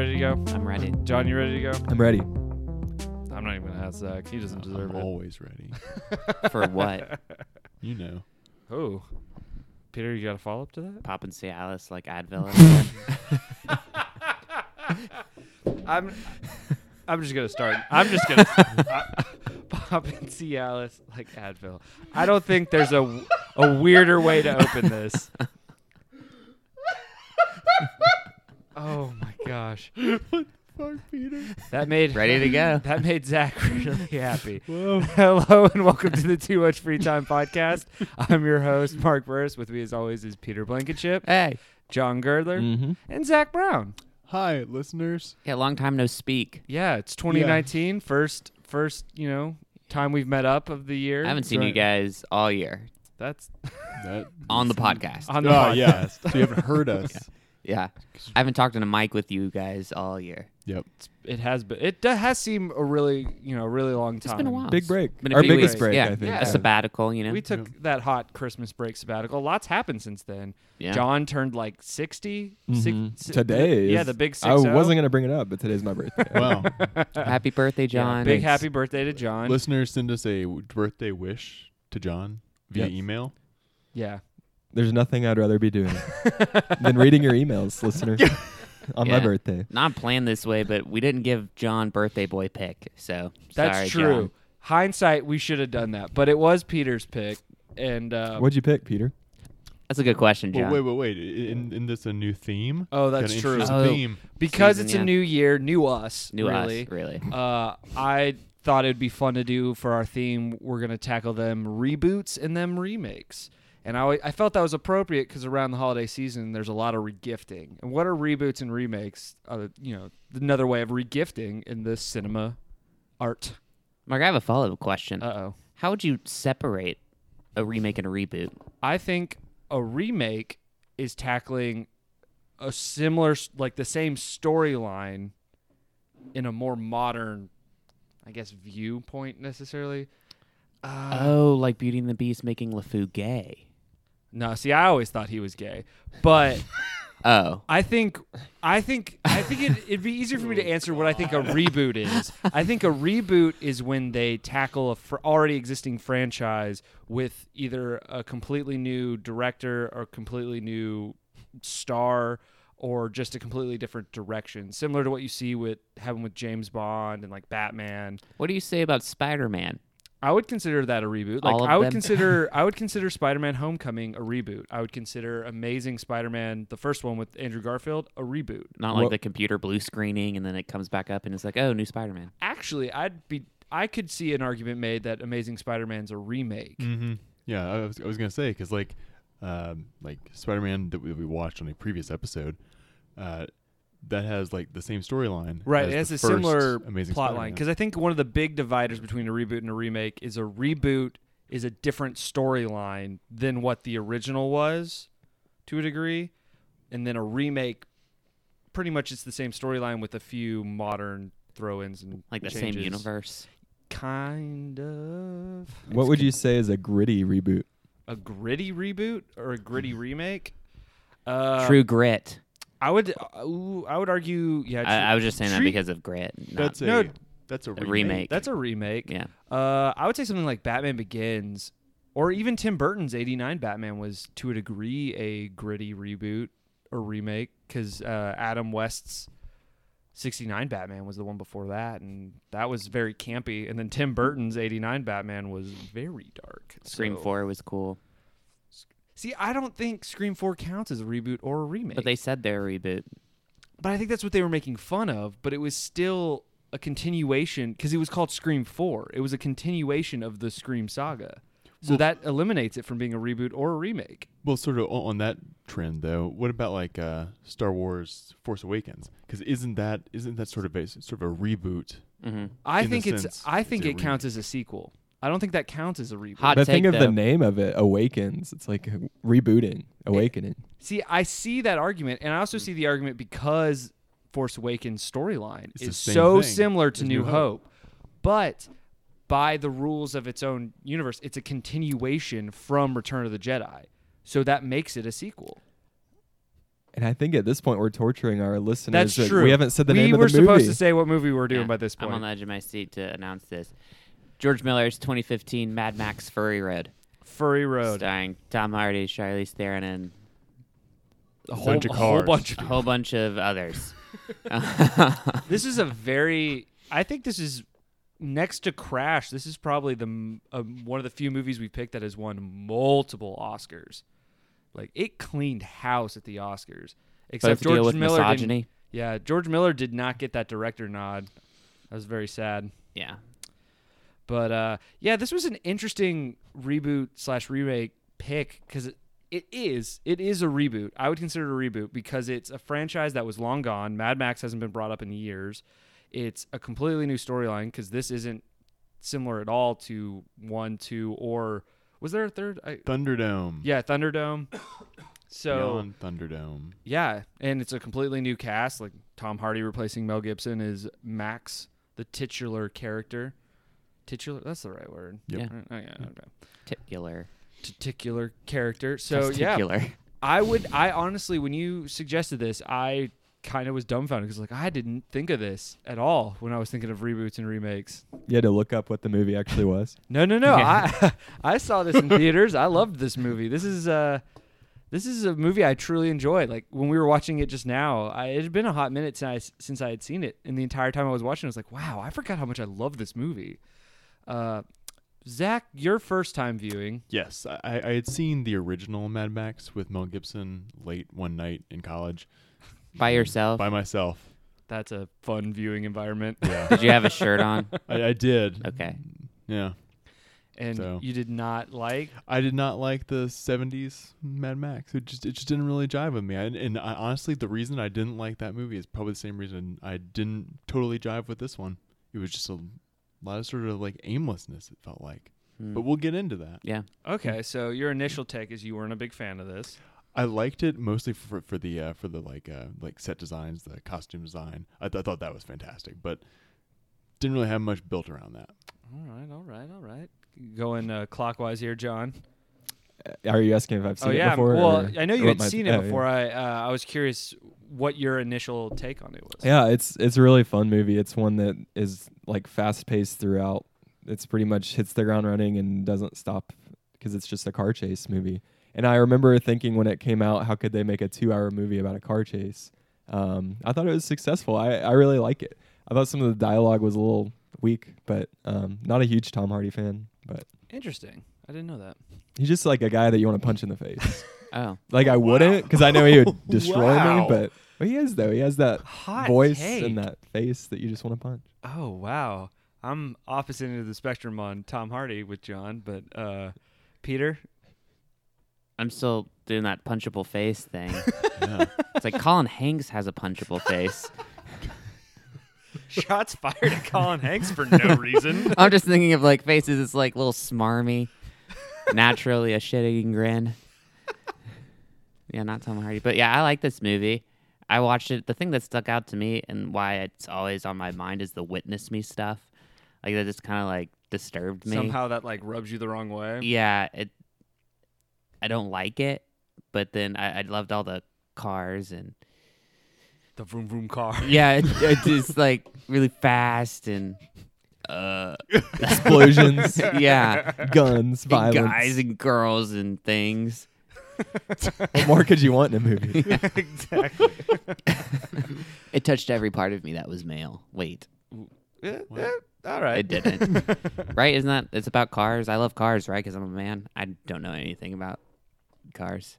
Oh, to go? I'm ready. John, you ready to go? I'm ready. I'm not even gonna ask Zach. He doesn't deserve Uh, I'm it. always ready. Oh. For what? You know. Oh, Peter, you got a follow up to that? Popping Cialis like Advil. and shit. I'm I'm just gonna start. I'm just gonna I, pop and see Alice like Advil. I don't think there's a a weirder way to open this. Oh my gosh, what the fuck, Peter? that made Ready to go. that made Zach really happy. Whoa. Hello and welcome to the Too Much Free Time podcast. I'm your host Mark Burris. With me, as always, is Peter Blankenship, Hey. John Girdler, Mm-hmm. and Zach Brown. Hi, listeners. Yeah, long time no speak. Yeah, it's 2019. First, first, you know, time we've met up of the year. I haven't seen you right. guys all year That's That, on the podcast. on the oh, podcast. yeah. So you haven't heard us. Yeah. I haven't talked on a mic with you guys all year. Yep. It has been. It do- has seemed a really, you know, really long time. It's been a while. Big break. Been a Our few biggest weeks. break, Yeah. I think. Yeah. A sabbatical, you know? We took that hot Christmas break sabbatical. Lots happened since then. Yeah. Mm-hmm. John turned like 60 Mhm. six, si- Today. Yeah, is- the big six. I wasn't gonna bring it up, but today's my birthday. Wow. happy birthday, John. uh, Big Thanks. happy birthday to John. listeners send us a w- birthday wish to John via Yes. email. Yeah. There's nothing I'd rather be doing than reading your emails, listener, on Yeah. my birthday. Not planned this way, but we didn't give John birthday boy pick. So That's sorry, true. John. Hindsight, we should have done that, but it was Peter's pick. And uh, What'd you pick, Peter? That's a good question, Well, John. wait, wait, wait. I- In, in this a new theme? Oh, that's Gotta true. introduce a Oh. theme. because Season, it's yeah. a new year, new us, New really. us, really. Uh, I thought it'd be fun to do for our theme. We're gonna tackle them reboots and them remakes, and I alwa- I felt that was appropriate because around the holiday season, there's a lot of regifting. And what are reboots and remakes? Uh, you know, another way of regifting in the cinema art. Mark, I have a follow up question. Uh oh. How would you separate a remake and a reboot? I think a remake is tackling a similar, s- like the same storyline in a more modern, I guess, viewpoint necessarily. oh, like Beauty and the Beast making LeFou gay. No, see, I always thought he was gay, but Oh. I think, I think, I think it, it'd be easier for me to answer what I think a reboot is. I think a reboot is when they tackle a fr- already existing franchise with either a completely new director or completely new star or just a completely different direction, similar to what you see with having with James Bond and like Batman. What do you say about Spider Man? I would consider that a reboot. Like All of I would them? consider I would consider Spider-Man Homecoming a reboot. I would consider Amazing Spider-Man, the first one with Andrew Garfield, a reboot. Not like Well- the computer blue screening and then it comes back up and it's like, oh, new Spider Man. Actually, I'd be I could see an argument made that Amazing Spider-Man's a remake. Mm-hmm. Yeah, I was, I was gonna say because like, um, like Spider-Man that we, we watched on a previous episode, uh, that has like the same storyline. Right, as it has the a similar first amazing plot line because Spider-Man. I think one of the big dividers between a reboot and a remake is a reboot is a different storyline than what the original was, to a degree, and then a remake, pretty much it's the same storyline with a few modern throw-ins and Like the same changes. universe. Kind of. What would you say is a gritty reboot? A gritty reboot or a gritty remake? Uh, True grit. I would. Uh, ooh, I would argue. Yeah. I, I was just saying that True- because of grit. not- that's No, a that's a remake. remake. that's a remake. yeah. Uh, I would say something like Batman Begins, or even Tim Burton's '89 Batman was to a degree a gritty reboot or remake because uh, Adam West's '69 Batman was the one before that, and that was very campy. And then Tim Burton's '89 Batman was very dark. Scream So- 4 was cool. See, I don't think Scream Four counts as a reboot or a remake. But they said they're a reboot. but I think that's what they were making fun of. But it was still a continuation because it was called Scream Four. It was a continuation of the Scream saga, so that eliminates it from being a reboot or a remake. Well, sort of o- on that trend though. What about like uh, Star Wars Force Awakens? Because isn't that isn't that sort of a sort of a reboot? hmm I In a think it's. sense, I it's think a it counts as a sequel. I don't think that counts as a reboot. Hot but take, think of though. the name of it, Awakens. It's like rebooting, Eh. awakening. See, I see that argument, and I also see the argument because Force Awakens storyline It's the is same so thing similar to as New New Hope. Hope. but by the rules of its own universe, it's a continuation from Return of the Jedi, so that makes it a sequel. And I think at this point we're torturing our listeners. That's that true. We haven't said the we name of were the movie. supposed to say what movie we're doing Yeah, by this point. I'm on the edge of my seat to announce this. George Miller's 2015 Mad Max Furry Road, Furry Road. starring Tom Hardy, Charlize Theron, and A whole, Bunch of a whole cars. bunch of a whole bunch of others. This is a very. I think this is next to Crash. This is probably the m- um, one of the few movies we picked that has won multiple Oscars. Like it cleaned house at the Oscars. Both Except deal George with Miller. didn't- misogyny. Yeah, George Miller did not get that director nod. That was very sad. Yeah. But uh, yeah, this was an interesting reboot slash remake pick because it, it is it is a reboot. I would consider it a reboot because it's a franchise that was long gone. Mad Max hasn't been brought up in years. It's a completely new storyline because this isn't similar at all to one, two, or was there a third? I, Thunderdome. yeah, Thunderdome. So Beyond Thunderdome. yeah, and it's a completely new cast. Like Tom Hardy replacing Mel Gibson is Max, the titular character. Titular, that's the right word. Yep. Yeah. Right, Okay, okay. Titular. Titular character. So yeah, Testicular. I would. I honestly, when you suggested this, I kind of was dumbfounded because like I didn't think of this at all when I was thinking of reboots and remakes. You had to look up what the movie actually was. No, no, no. I I saw this in theaters. I loved this movie. This is uh this is a movie I truly enjoyed. Like when we were watching it just now, I, it had been a hot minute since I, since I had seen it, and the entire time I was watching, it, I was like, "Wow, I forgot how much I love this movie." Uh, Zach, your first time viewing, Yes, I- I, I had seen the original Mad Max with Mel Gibson late one night in college By yourself? by myself. that's a fun viewing environment, Yeah, Did you have a shirt on? I, I did. Okay. Yeah, and So. you did not like. I did not like the '70s Mad Max. It just it just didn't really jive with me. I, and I, honestly, the reason I didn't like that movie is probably the same reason I didn't totally jive with this one. It was just a lot of sort of like aimlessness. It felt like, Hmm. but we'll get into that. yeah. Okay, so your initial take is you weren't a big fan of this. I liked it mostly for for the uh, for the like uh, like set designs, the costume design. I, th- I thought that was fantastic, but didn't really have much built around that. All right, all right, all right. Going uh, clockwise here, John. Are you asking if I've seen oh yeah. it before? well, or- I know you or had what my- seen oh, it yeah. before. I uh, I was curious what your initial take on it was. Yeah, it's it's a really fun movie. It's one that is like fast paced throughout. It's pretty much hits the ground running and doesn't stop because it's just a car chase movie. And I remember thinking when it came out, how could they make a two hour movie about a car chase? Um, I thought it was successful. I, I really like it. I thought some of the dialogue was a little weak, but um, not a huge Tom Hardy fan. But Interesting. I didn't know that. he's just like a guy that you want to punch in the face. Uh, Oh. like I wouldn't because I know he would destroy me. Wow. But, but he is though. He has that Hot voice take. and that face that you just want to punch. Oh wow. I'm opposite end of the spectrum on Tom Hardy with John, but uh, Peter. I'm still doing that punchable face thing. Yeah. It's like Colin Hanks has a punchable face. Shots fired at Colin Hanks for no reason. I'm just thinking of like faces. It's like little smarmy, naturally a shit-eating grin. Yeah, not Tom Hardy, but yeah, I like this movie. I watched it. The thing that stuck out to me and why it's always on my mind is the witness me stuff. Like that just kind of like disturbed me. Somehow that like rubs you the wrong way. Yeah, it. I don't like it, but then I, I loved all the cars and The vroom vroom car. yeah, it, it's just like really fast and uh explosions, yeah. guns, and violence. guys and girls and things. What more could you want in a movie? exactly. It touched every part of me that was male. Wait, all right. it didn't. right? Isn't that? It's about cars. I love cars, right? Because I'm a man. I don't know anything about cars.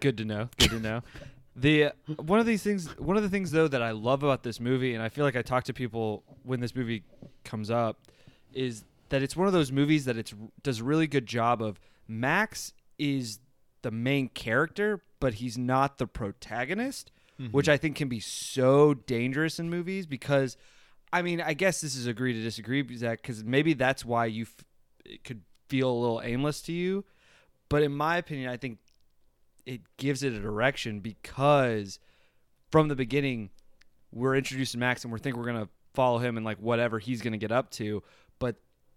Good to know. Good to know. The uh, one of these things, one of the things though that I love about this movie, and I feel like I talk to people when this movie comes up, is that it's one of those movies that it's does a really good job of Max is the main character, but he's not the protagonist, which I think can be so dangerous in movies because, I mean, I guess this is agree to disagree, Zach, because maybe that's why you f- it could feel a little aimless to you, but in my opinion, I think it gives it a direction because from the beginning we're introducing Max and we're think we're gonna follow him and like whatever he's gonna get up to, but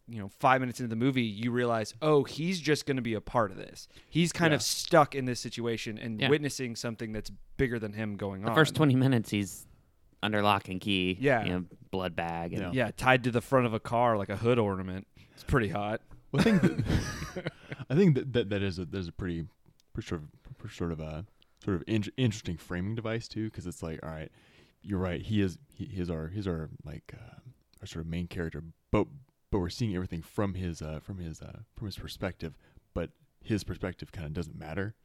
you know, five minutes into the movie, you realize, oh, he's just going to be a part of this. He's kind of Yeah. stuck in this situation and Yeah. witnessing something that's bigger than him going The on. first 20 minutes, he's under lock and key. Oh, Yeah. You know, blood bag. And Yeah. Yeah, tied to the front of a car like a hood ornament. It's pretty hot. Well, I think that, I think that, that that is a there's a pretty pretty sort of pretty sort of a sort of in, interesting framing device too because it's like all right, you're right. He is he, he is our he's our like uh, our sort of main character, but but we're seeing everything from his uh, from his uh, from his perspective, but his perspective kind of doesn't matter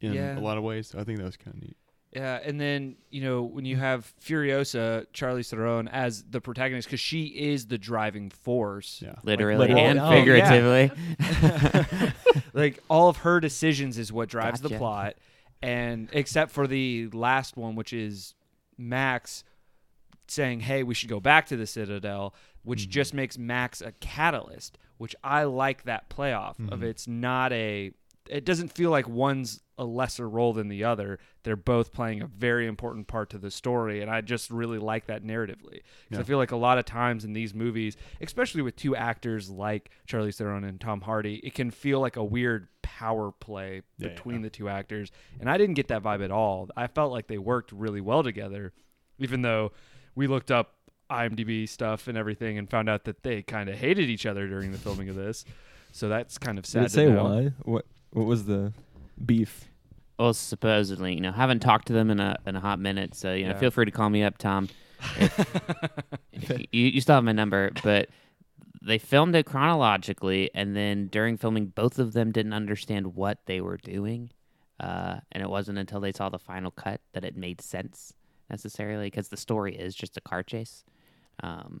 in Yeah. a lot of ways. So I think that was kind of neat. Yeah, and then you know when you have Furiosa, Charlie Theron as the protagonist because she is the driving force. Yeah, Literally Like, and well, oh, yeah. figuratively. Like all of her decisions is what drives the Gotcha. plot, and except for the last one, which is Max saying, "Hey, we should go back to the Citadel," which Mm-hmm. just makes Max a catalyst. Which I like that playoff Mm-hmm. of it's not a. It doesn't feel like one's a lesser role than the other. They're both playing a very important part to the story, and I just really like that narratively because I Yeah. feel like a lot of times in these movies, especially with two actors like Charlize Theron and Tom Hardy, it can feel like a weird power play Yeah, yeah, between the two actors, and I didn't get that vibe at all. I felt like they worked really well together even though we looked up IMDb stuff and everything and found out that they kind of hated each other during the filming of this. So that's kind of sad. Did it to say know. why? What what was the beef? well, supposedly, you know, haven't talked to them in a in a hot minute, so you know, Yeah. feel free to call me up, Tom. If- you, you still have my number, but they filmed it chronologically, and then during filming, both of them didn't understand what they were doing, uh, and it wasn't until they saw the final cut that it made sense necessarily, because the story is just a car chase, um,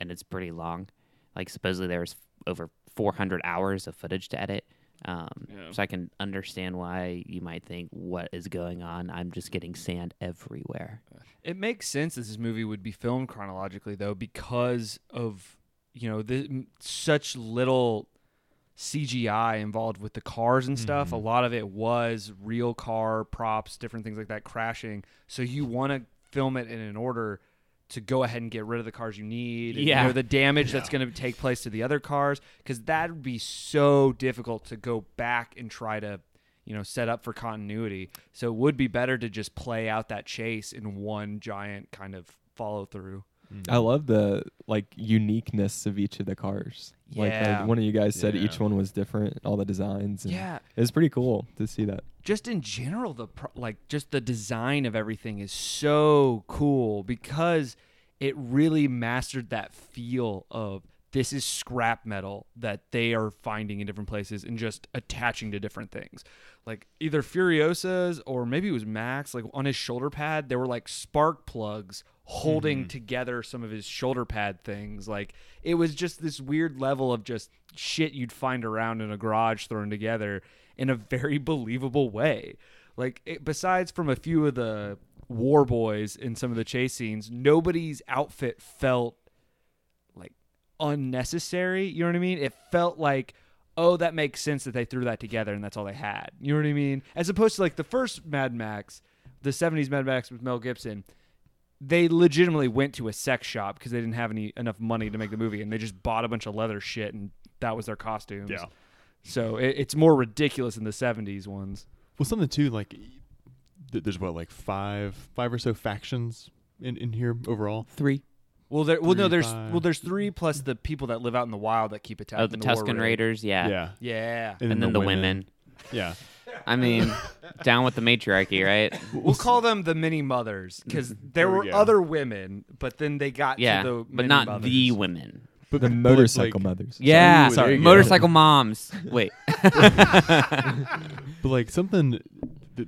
and it's pretty long. Like supposedly there was over 400 hours of footage to edit. Um, Yeah. So I can understand why you might think what is going on. I'm just getting sand everywhere. It makes sense that this movie would be filmed chronologically though because of you know the m- such little CGI involved with the cars and stuff. A lot of it was real car props, different things like that crashing. So you want to film it in an order to go ahead and get rid of the cars you need. and, Yeah. You know, the damage that's going to take place to the other cars because that would be so difficult to go back and try to you know set up for continuity so it would be better to just play out that chase in one giant kind of follow through I love the like uniqueness of each of the cars. Like, Like, Yeah. one of you guys said each Yeah. one was different, all the designs. and Yeah. It was pretty cool to see that. just in general the pro- like just the design of everything is so cool because it really mastered that feel of this is scrap metal that they are finding in different places and just attaching to different things like either furiosa's or maybe it was max like on his shoulder pad there were like spark plugs holding together some of his shoulder pad things like it was just this weird level of just shit you'd find around in a garage thrown together in a very believable way. Like it, besides from a few of the war boys in some of the chase scenes, nobody's outfit felt like unnecessary. You know what I mean? It felt like, oh, that makes sense that they threw that together and that's all they had. You know what I mean? As opposed to like the first Mad Max, the 70s Mad Max with Mel Gibson. They legitimately went to a sex shop because they didn't have any enough money to make the movie, and they just bought a bunch of leather shit, and that was their costumes. Yeah. So it, it's more ridiculous in the '70s ones. Well, something too like th- there's what like five five or so factions in in here overall. Three. Well, there. Well, no, Three, there's. five. Well, there's three plus the people that live out in the wild that keep attacking Oh, the war Tuscan raid. Raiders. Yeah. Yeah. Yeah. And then the, women. Yeah. I mean, down with the matriarchy, right? We'll call them the mini mothers because there we were go. other women, but then they got Yeah, to the but mini not mothers. the women. But The but, like, motorcycle mothers. Yeah, Ooh, there you go. motorcycle moms. Wait, But like something that,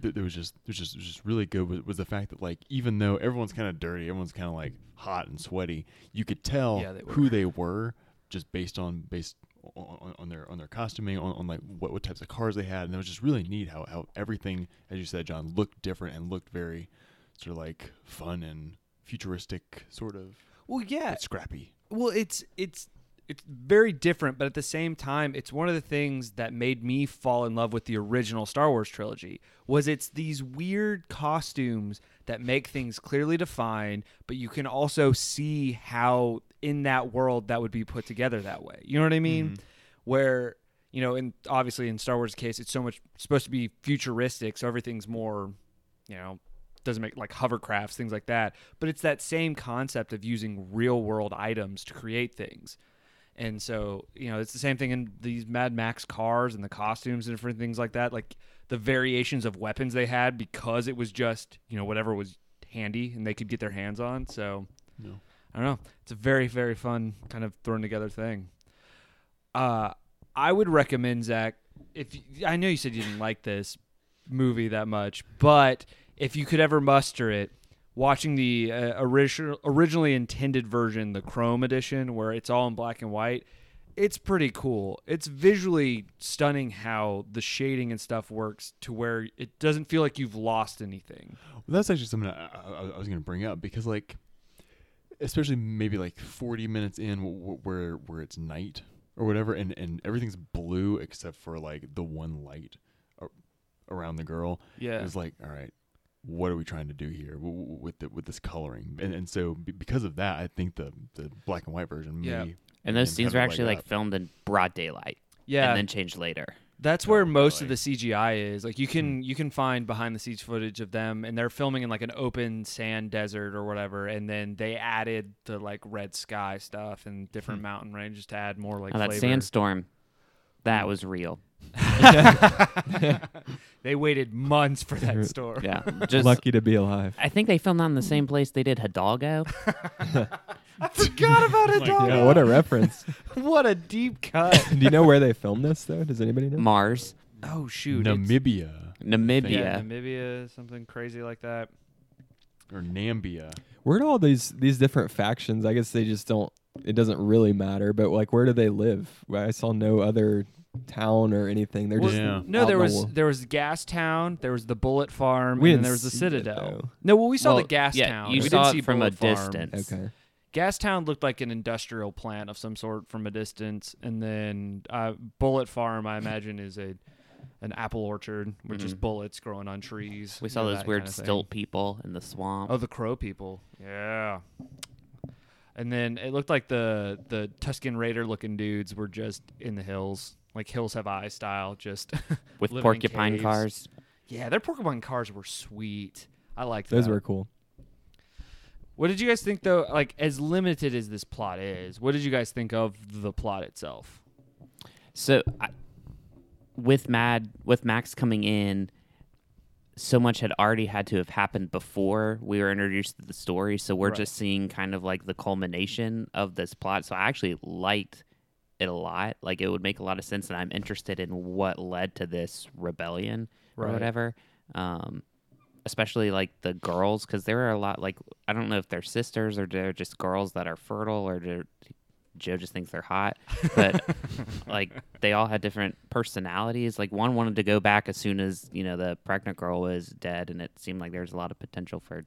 that that was just was just was just really good was, was the fact that like even though everyone's kind of dirty, everyone's kind of like hot and sweaty, you could tell Yeah, they were. who they were just based on based on, on- on their on their costuming, on, on like what, what types of cars they had, and it was just really neat how how everything, as you said, John, looked different and looked very sort of like fun and futuristic, sort of Well, yeah. but scrappy. Well, it's it's it's very different, but at the same time, it's one of the things that made me fall in love with the original Star Wars trilogy. Was it's these weird costumes that make things clearly defined, but you can also see how in that world that would be put together that way. You know what I mean? Where you know, and obviously in Star Wars' case, it's so much supposed to be futuristic, so everything's more, you know, doesn't make like hovercrafts, things like that. But it's that same concept of using real world items to create things. And so, you know, it's the same thing in these Mad Max cars and the costumes and different things like that. Like the variations of weapons they had because it was just, you know, whatever was handy and they could get their hands on. So No. I don't know. It's a very, very fun kind of thrown together thing. Uh, I would recommend Zach. If you, I know you said you didn't like this movie that much, but if you could ever muster it, watching the uh, original, originally intended version, the Chrome edition, where it's all in black and white, it's pretty cool. It's visually stunning how the shading and stuff works to where it doesn't feel like you've lost anything. Well, that's actually something I, I, I was going to bring up because, like, especially maybe like 40 minutes in, wh- wh- where where it's night or whatever, and and everything's blue except for like the one light a- around the girl. Yeah. It's like, all right, what are we trying to do here w- w- with the, with this coloring? And and so be- because of that, I think the the black and white version. Yeah. Maybe And those maybe scenes were have it actually like that. filmed in broad daylight Yeah. and then changed later. That's where Totally, most like- of the CGI is. Like you can you can find behind the scenes footage of them, and they're filming in like an open sand desert or whatever, and then they added the like red sky stuff and different mountain ranges to add more like Now, Oh, that flavor. Hmm. sandstorm, that was real. They waited months for that storm. Yeah, just Lucky to be alive. I think they filmed that in the same place they did Hidalgo. I forgot about it. dog. Yeah, what a reference. What a deep cut. Do you know where they filmed this though? Does anybody know? Mars, oh shoot, it's- Namibia Namibia. yeah, Namibia, something crazy like that. or Nambia. Where do all these these different factions? I guess they just don't. It doesn't really matter. But like, where do they live? Well, I saw no other town or anything. They're Well, just Yeah. No, out there in the was wo- there was Gas Town, there was the Bullet Farm, We and didn't then there was the see it, Citadel. though. no, well, we saw Well, the Gas yeah, Town. you we saw didn't it see from a Bullet Farm. distance. okay. Gastown looked like an industrial plant of some sort from a distance, and then uh, Bullet Farm, I imagine, is a an apple orchard with just bullets growing on trees. Mm-hmm. We saw you know, those that weird kinda thing. stilt people in the swamp. Oh, the crow people. Yeah. And then it looked like the the Tuscan Raider looking dudes were just in the hills, like hills have eyes style, just with living in porcupine caves. cars. Yeah, their porcupine cars were sweet. I liked Those that. were cool. What did you guys think though? Like as limited as this plot is, what did you guys think of the plot itself? So, I, with Mad, with Max coming in, so much had already had to have happened before we were introduced to the story. So we're Right. just seeing kind of like the culmination of this plot. So I actually liked it a lot. Like it would make a lot of sense, and I'm interested in what led to this rebellion Right. or whatever. Um, especially like the girls, because there are a lot. Like I don't know if they're sisters or they're just girls that are fertile, or they're- Joe just thinks they're hot, but like they all had different personalities. Like one wanted to go back as soon as you know the pregnant girl was dead, and it seemed like there was a lot of potential for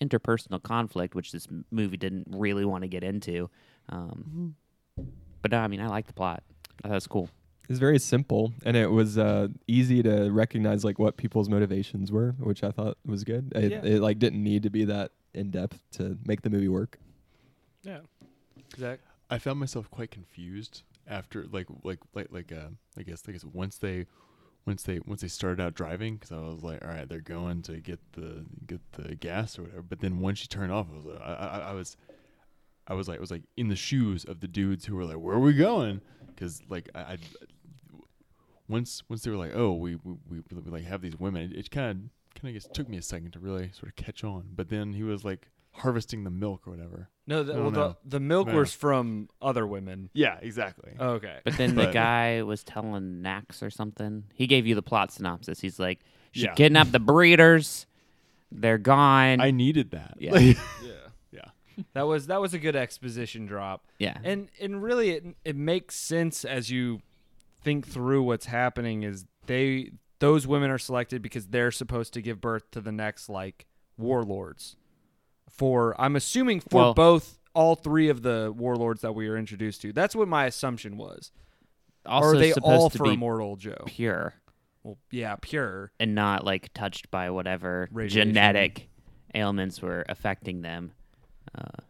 interpersonal conflict, which this m- movie didn't really want to get into. Um, But no, I mean I like the plot. I thought it was cool. It's very simple, and it was uh, easy to recognize like what people's motivations were, which I thought was good. It, Yeah. it like didn't need to be that in depth to make the movie work. Yeah. Zach. I found myself quite confused after like like like like uh I guess I guess once they once they once they started out driving because I was like all right they're going to get the get the gas or whatever but then once she turned off I was like, I, I, I was I was like I was like in the shoes of the dudes who were like where are we going because like I, I once once they were like oh we we, we, we like have these women it, it kind of kind of just took me a second to really sort of catch on but then he was like harvesting the milk or whatever No, the, I well, don't the, know. the milk Yeah. was from other women. yeah exactly Okay. But then the But- guy was telling Nax or something. He gave you the plot synopsis. He's like, she Yeah. kidnapped the breeders. They're gone. I needed that. Yeah. Like- yeah. That was that was a good exposition drop. yeah. And and really it it makes sense as you think through what's happening is they those women are selected because they're supposed to give birth to the next like warlords. For I'm assuming for Well- both all three of the warlords that we were introduced to. That's what my assumption was. Also are they supposed all to for be Immortal Joe? pure Well, yeah, pure. and not like touched by whatever Radiation. genetic ailments were affecting them, uh,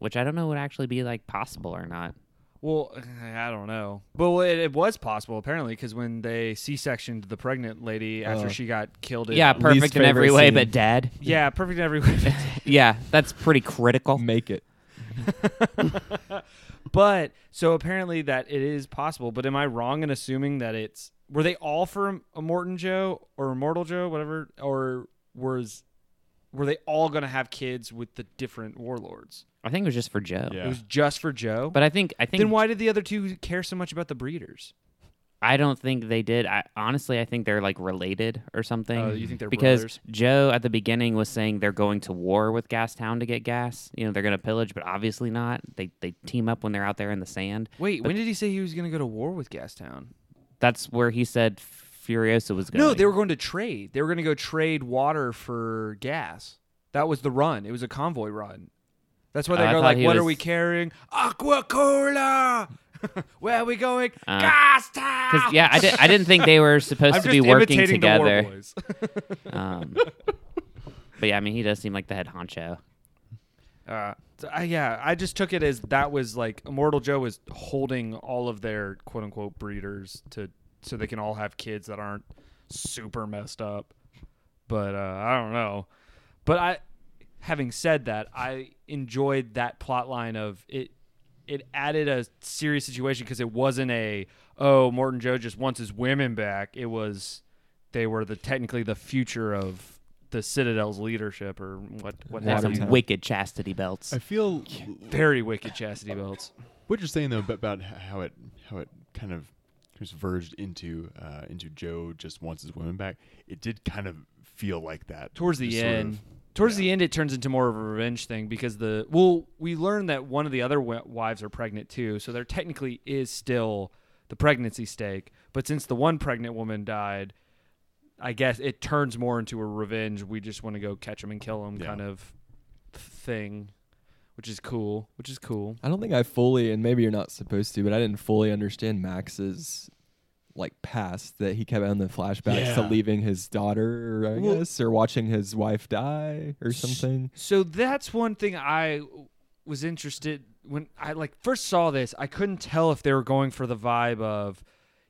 which I don't know would actually be like possible or not. Well, I don't know, but it, it was possible apparently because when they C-sectioned the pregnant lady after Oh. she got killed, in- Uh. Yeah, perfect in favorite every way, scene. but dead. yeah, perfect in every way. Yeah, that's pretty critical. Mm. Make it. But so apparently that it is possible. But am I wrong in assuming that it's were they all for a Morton Joe or Immortal Joe, whatever, or was were they all going to have kids with the different warlords? I think it was just for Joe. Yeah. It was just for Joe. But I think I think then why did the other two care so much about the breeders? I don't think they did. I honestly I think they're like related or something. Oh, you think they're because brothers? Joe at the beginning was saying they're going to war with Gas Town to get gas. You know, they're gonna pillage, but obviously not. They they team up when they're out there in the sand. Wait, when did he say he was going to go to war with Gastown? That's where he said Furiosa was going. No, they were going to trade. They were going to go trade water for gas. That was the run. It was a convoy run. That's why they Oh, I go thought like, he "What are was- we carrying? Aqua cola. Where are we going? Uh, gas Because town." yeah, I, did, I didn't think they were supposed I'm to be just working imitating the war together. boys. Um, but yeah, I mean, he does seem like the head honcho. uh, so I, yeah, I just took it as that was like Immortal Joe was holding all of their quote unquote breeders to so they can all have kids that aren't super messed up. But uh, I don't know. But I, having said that, I enjoyed that plot line of it. It added a serious situation because it wasn't a oh Morton Joe just wants his women back. It was they were the technically the future of the Citadel's leadership or what what They had have some you. Watertown. wicked chastity belts. I feel Very wicked chastity belts. what you're saying though ab- about h- how it how it kind of just verged into uh, into Joe just wants his women back. It did kind of feel like that Towards the Just sort end, of- towards yeah. the end, it turns into more of a revenge thing because the well, we learn that one of the other wi- wives are pregnant too, so there technically is still the pregnancy stake. But since the one pregnant woman died, I guess it turns more into a revenge. We just want to go catch him and kill him Yeah. kind of thing, which is cool. Which is cool. I don't think I fully, and maybe you're not supposed to, but I didn't fully understand Max's like past that he kept on the flashbacks to Yeah. leaving his daughter, I Well- guess, or watching his wife die or something. So that's one thing I was interested when I like first saw this. I couldn't tell if they were going for the vibe of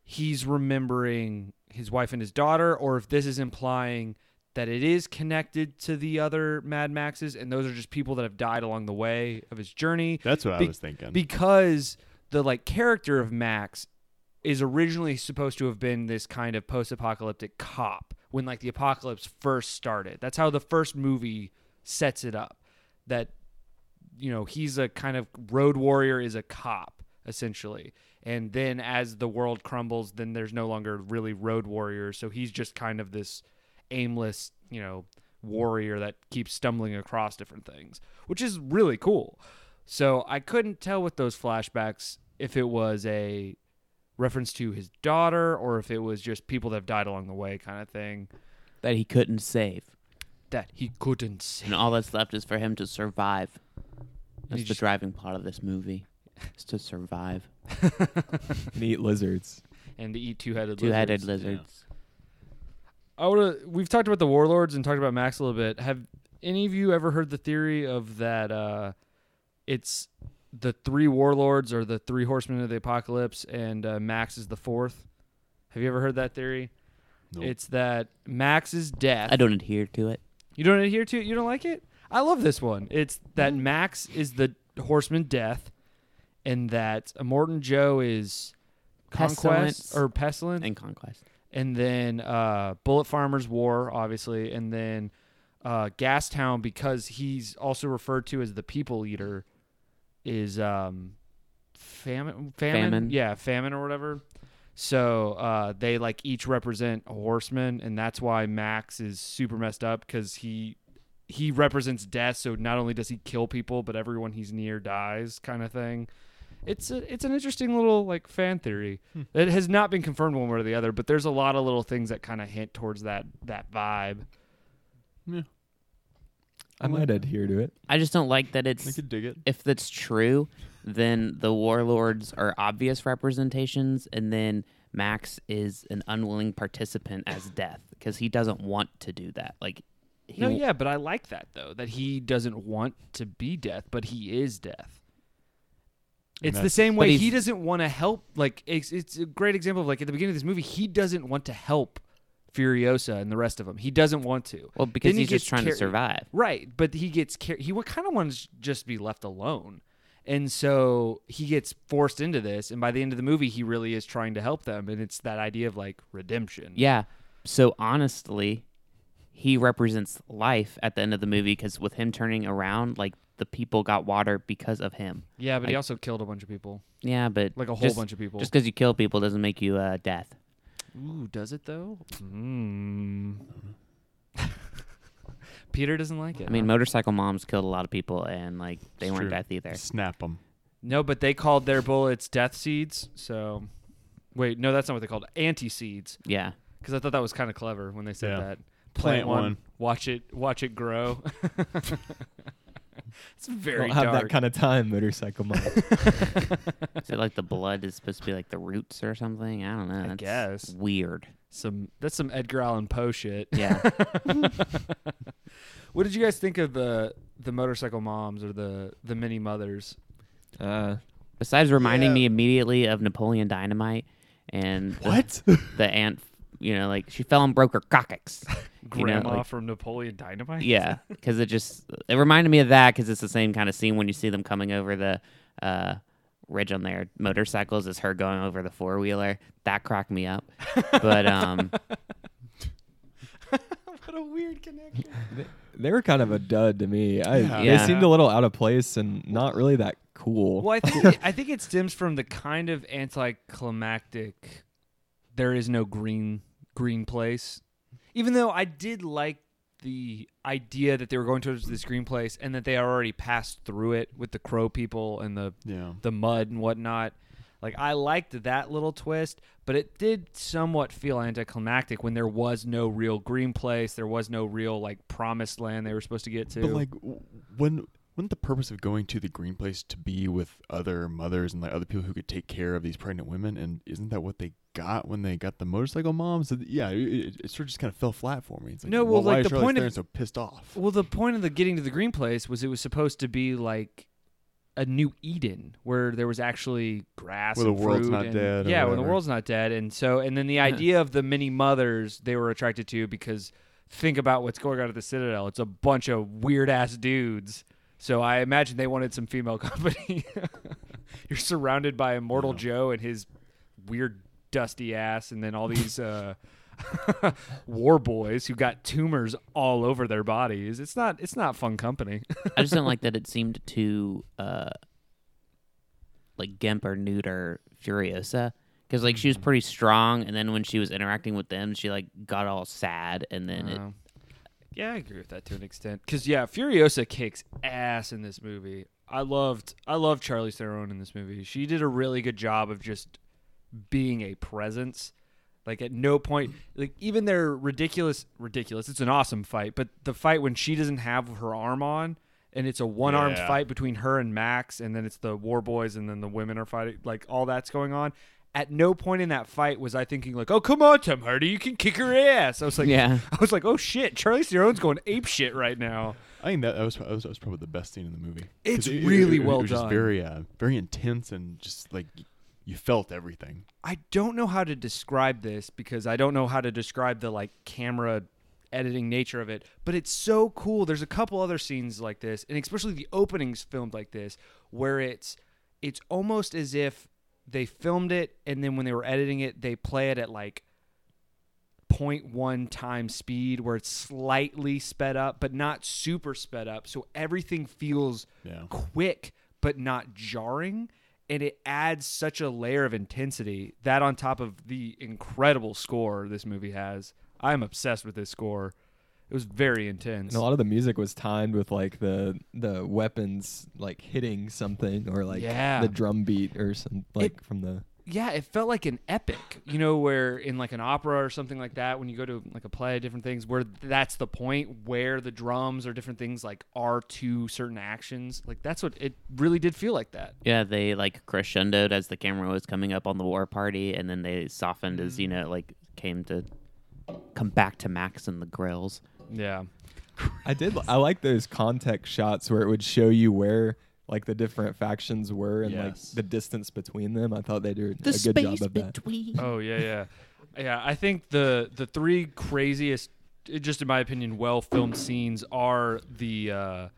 he's remembering his wife and his daughter, or if this is implying that it is connected to the other Mad Maxes, and those are just people that have died along the way of his journey That's what Be- I was thinking. because the like character of Max is originally supposed to have been this kind of post-apocalyptic cop when like the apocalypse first started. That's how the first movie sets it up. That you know, he's a kind of road warrior is a cop essentially. And then as the world crumbles, then there's no longer really road warriors, so he's just kind of this aimless, you know, warrior that keeps stumbling across different things, which is really cool. So I couldn't tell with those flashbacks if it was a reference to his daughter or if it was just people that have died along the way kind of thing that he couldn't save. that he couldn't see. And all that's left is for him to survive. That's You the just- driving plot of this movie. Is to survive. and eat lizards. and to eat two-headed Two headed lizards. lizards. I would. We've talked about the warlords and talked about Max a little bit. Have any of you ever heard the theory of that? Uh, it's the three warlords or the three horsemen of the apocalypse, and uh, Max is the fourth. Have you ever heard that theory? Nope. It's that Max's death. I don't adhere to it. You don't adhere to it. You don't like it. I love this one. It's that Max is the horseman death, and that Morton Joe is conquest Pestilence. or pestilence, And conquest. and then uh, Bullet Farmer's War, obviously, and then uh, Gastown because he's also referred to as the People Eater, is um, famine, famine, Famine. yeah, famine or whatever. So uh, they like each represent a horseman, and that's why Max is super messed up because he he represents death. So not only does he kill people, but everyone he's near dies, kind of thing. It's a, it's an interesting little like fan theory. Hmm. It has not been confirmed one way or the other, but there's a lot of little things that kind of hint towards that that vibe. I might adhere to it. I just don't like that I it's could dig it. if that's true, then the warlords are obvious representations, and then Max is an unwilling participant as death because he doesn't want to do that. Like, he, No, yeah, but I like that though. That he doesn't want to be death, but he is death. And It's the that's- same But way he's- he doesn't want to help. Like it's, it's a great example of like at the beginning of this movie, he doesn't want to help Furiosa and the rest of them. He doesn't want to. Well, because Then he he's just gets trying to carried- survive. Right, but he gets car- he kind of wants to just be left alone, and so he gets forced into this. And by the end of the movie, he really is trying to help them, and it's that idea of like redemption. Yeah. So honestly, he represents life at the end of the movie because with him turning around, like the people got water because of him. yeah, but he I- also killed a bunch of people, Yeah, but like a whole just, bunch of people. Just because you kill people doesn't make you uh, death. Ooh, does it though? Mm. Peter doesn't like it. I mean, huh? motorcycle moms killed a lot of people, and like they It's weren't true. death either. Snap them. no, but they called their bullets death seeds. So, wait, no, that's not what they called anti seeds. Yeah. Because I thought that was kind of clever when they said Yeah. that. Plant one. watch it, watch it grow. it's very Don't have dark. that kind of time, motorcycle mom. Is it like the blood is supposed to be like the roots or something? I don't know. I That's guess. Weird. some that's some Edgar Allan Poe shit. Yeah. What did you guys think of the the motorcycle moms or the the mini mothers? uh, Besides reminding Yeah. me immediately of Napoleon Dynamite and the- the aunt, you know, like she fell and broke her coccyx. You know, Grandma like- from Napoleon Dynamite. yeah, because it just it reminded me of that because it's the same kind of scene when you see them coming over the uh, ridge on their motorcycles is her going over the four wheeler. That cracked me up. But um, what a weird connection. they were kind of a dud to me. I, Yeah. They seemed a little out of place and not really that cool. Well, I think it, I think it stems from the kind of anticlimactic. There is no green green place, even though I did like the idea that they were going towards this green place and that they already passed through it with the crow people and the Yeah. the mud and whatnot. Like I liked that little twist, but it did somewhat feel anticlimactic when there was no real green place, there was no real like promised land they were supposed to get to. But like, w- when wouldn't the purpose of going to the green place to be with other mothers and like other people who could take care of these pregnant women? And isn't that what they got when they got the motorcycle moms? So th- yeah, it, it, it sort of just kind of fell flat for me. It's like, No, well, why like, is the Charlize point of- Theron so pissed off? Well, the point of the getting to the green place was it was supposed to be like a new Eden where there was actually grass. Where the and world's fruit not and- dead or Yeah, where the whatever. world's not dead, and so and then the idea of the many mothers they were attracted to because think about what's going on at the Citadel. It's a bunch of weird ass dudes. So I imagine they wanted some female company. You're surrounded by Immortal Yeah. Joe and his weird dusty ass, and then all these uh, war boys who got tumors all over their bodies. It's not it's not fun company. I just don't like that it seemed to uh, like gimp or neuter Furiosa because like she was pretty strong, and then when she was interacting with them, she like got all sad, and then it, Um, yeah, I agree with that to an extent. Because yeah, Furiosa kicks ass in this movie. I loved I loved Charlize Theron in this movie. She did a really good job of just being a presence. Like at no point, like even their ridiculous, ridiculous. It's an awesome fight, but the fight when she doesn't have her arm on, and it's a one-armed Yeah. fight between her and Max, and then it's the war boys, and then the women are fighting. Like all that's going on. At no point in that fight was I thinking like, oh come on, Tim Hardy, you can kick her ass. I was like, Yeah. I was like, oh shit, Charlie Theron's going ape shit right now. I think that, that, was, that was that was probably the best scene in the movie. 'Cause It's it- it- really it- it well was just done. very uh, very intense and just like y- you felt everything. I don't know how to describe this because I don't know how to describe the like camera editing nature of it, but it's so cool. There's a couple other scenes like this, and especially the openings filmed like this, where it's it's almost as if they filmed it and then when they were editing it, they play it at like 0.1 times speed where it's slightly sped up but not super sped up so everything feels Yeah. quick but not jarring and it adds such a layer of intensity that on top of the incredible score this movie has i'm obsessed with this score it was very intense and a lot of the music was timed with like the the weapons like hitting something or like Yeah. the drum beat or some like from the yeah, it felt like an epic, you know, where in like an opera or something like that, when you go to like a play, different things, where that's the point where the drums or different things like are to certain actions. Like that's what it really did feel like that. Yeah, they like crescendoed as the camera was coming up on the war party, and then they softened as Mm. you know, like came to come back to Max and the grills. Yeah. I did. I like those context shots where it would show you where like the different factions were and Yes. like the distance between them. I thought they did a good job of that. between. Oh yeah, yeah, yeah. I think the the three craziest, uh, just in my opinion, well filmed scenes are the uh,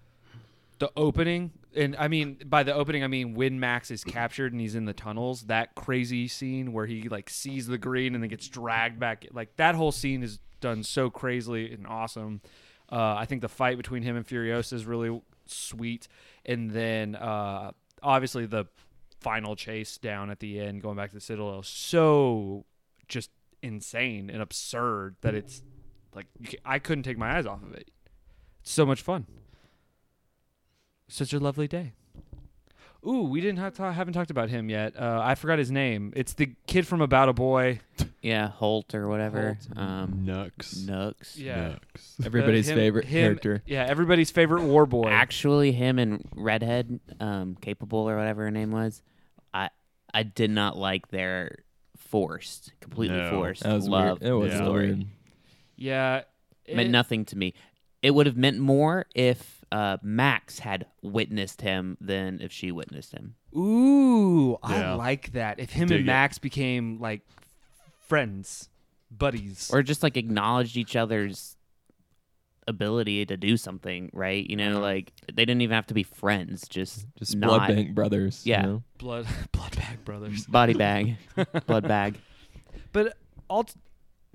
the opening, and I mean by the opening, I mean when Max is captured and he's in the tunnels. That crazy scene where he like sees the green and then gets dragged back. Like that whole scene is done so crazily and awesome. Uh, I think the fight between him and Furiosa is really sweet, and then uh, obviously the final chase down at the end, going back to the Citadel, is so just insane and absurd that it's like you ca- I couldn't take my eyes off of it. It's so much fun. Such a lovely day. Ooh, we didn't have ta- haven't talked about him yet. Uh, I forgot his name. It's the kid from About a Boy. Yeah, Holt or whatever. Um, Nux. Nooks. Yeah, Nux. Everybody's Uh, him- favorite him- character. Yeah, everybody's favorite war boy. Actually, him and Redhead, um, capable or whatever her name was. I I did not like their forced, completely No. forced That was love. weird. It was Yeah. story. weird. yeah, meant it- nothing to me. It would have meant more if uh, Max had witnessed him than if she witnessed him. Ooh, I Yeah. like that. If him Dig and it. Max became like friends, buddies. Or just like acknowledged each other's ability to do something, right? You know, like they didn't even have to be friends, just Uh-huh. Just not blood bank brothers. you Yeah. know? blood blood bag brothers body bag, blood bag. but all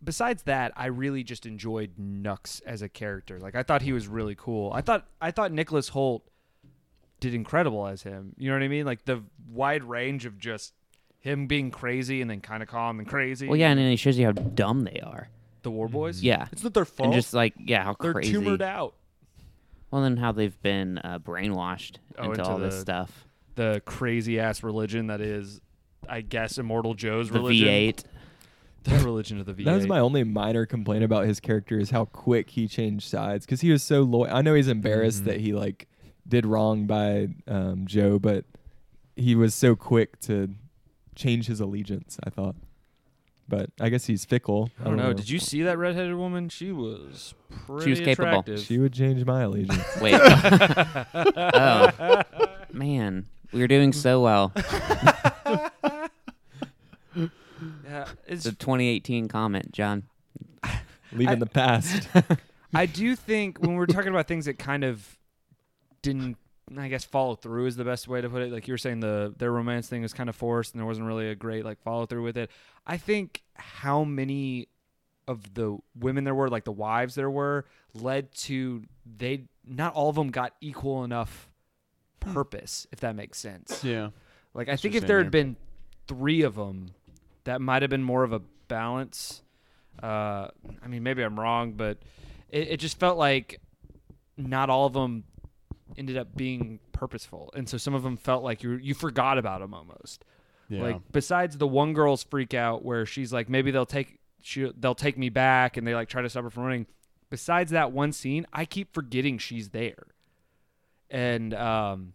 besides that i really just enjoyed nux as a character like i thought he was really cool i thought i thought nicholas holt did incredible as him you know what i mean like the wide range of just him being crazy and then kind of calm and crazy Well, yeah, and then it shows you how dumb they are. the war boys Yeah. it's not their fault And just like, yeah, how they're crazy. tumored out Well, then how they've been uh, brainwashed Oh, into, into all this the- stuff. the crazy ass religion that is i guess immortal joe's The religion V8. the religion of the v8 That was my only minor complaint about his character is how quick he changed sides because he was so loyal. I know he's embarrassed that he like did wrong by um, Joe, but he was so quick to change his allegiance. I thought, but I guess he's fickle. I don't know. Did you see that redheaded woman? She was pretty capable. attractive. She would change my allegiance. Wait. oh. Man, we were doing so well. Yeah, it's, The 2018 comment, John. Leaving the past. I do think when we're talking about things that kind of didn't, I guess, follow through is the best way to put it. Like you were saying, the their romance thing was kind of forced, and there wasn't really a great like follow through with it. I think how many of the women there were, like the wives there were, led to they not all of them got equal enough purpose, if that makes sense. Yeah. Like I think what if I'm there saying, had been three of them, that might have been more of a balance. Uh, I mean, maybe I'm wrong, but it, it just felt like not all of them ended up being purposeful, and so some of them felt like you you forgot about them almost. Yeah. Like besides the one girl's freak out where she's like, maybe they'll take she they'll take me back, and they like try to stop her from running. Besides that one scene, I keep forgetting she's there, and um,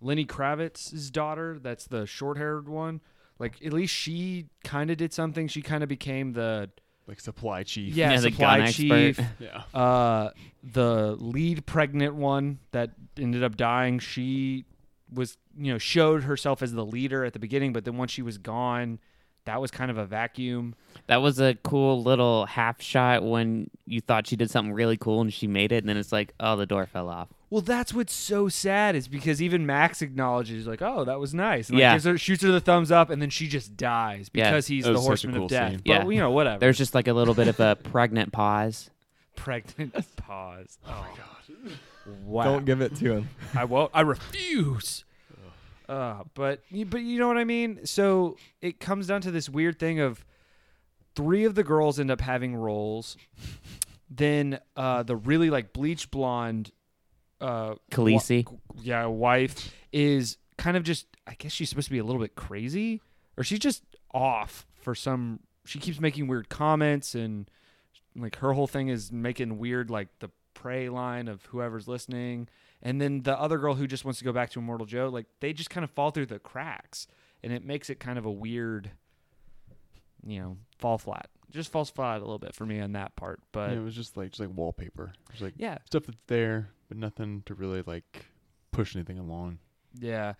Lenny Kravitz's daughter, that's the short-haired one. Like at least she kind of did something. She kind of became the like supply chief. yeah, Yeah, the supply gun chief. expert. Yeah. Uh, the lead pregnant one that ended up dying. She was you know showed herself as the leader at the beginning, but then once she was gone, that was kind of a vacuum. That was a cool little half shot when you thought she did something really cool and she made it, and then it's like, oh, the door fell off. Well, that's what's so sad is because even Max acknowledges like, "Oh, that was nice." And, like, Yeah. gives her, shoots her the thumbs up, and then she just dies Yeah. because he's That the was such a horseman cool of death. scene. But Yeah. you know, whatever. There's just like a little bit of a pregnant pause. pregnant pause. Oh, my god! Wow. Don't give it to him. I won't. I refuse. Uh, but you- but you know what I mean. So it comes down to this weird thing of three of the girls end up having roles. Then uh, the really like bleach blonde, uh, Khaleesi. wa- yeah, wife is kind of just. I guess she's supposed to be a little bit crazy, or she's just off for some. She keeps making weird comments and like her whole thing is making weird like the prey line of whoever's listening. And then the other girl who just wants to go back to Immortal Joe, like they just kind of fall through the cracks, and it makes it kind of a weird, you know, fall flat. Just falls flat a little bit for me on that part, but Yeah, it was just like just like wallpaper. Just like yeah, stuff that's there, but nothing to really like push anything along. Yeah.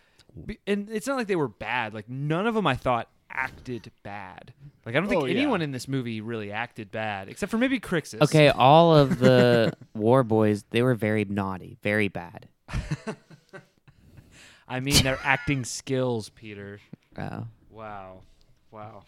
Be- And it's not like they were bad. Like none of them I thought acted bad. Like I don't think Oh, yeah. anyone in this movie really acted bad except for maybe Crixus. Okay, all of the war boys, they were very naughty, very bad. I mean their acting skills, Peter. Oh. Wow. Wow.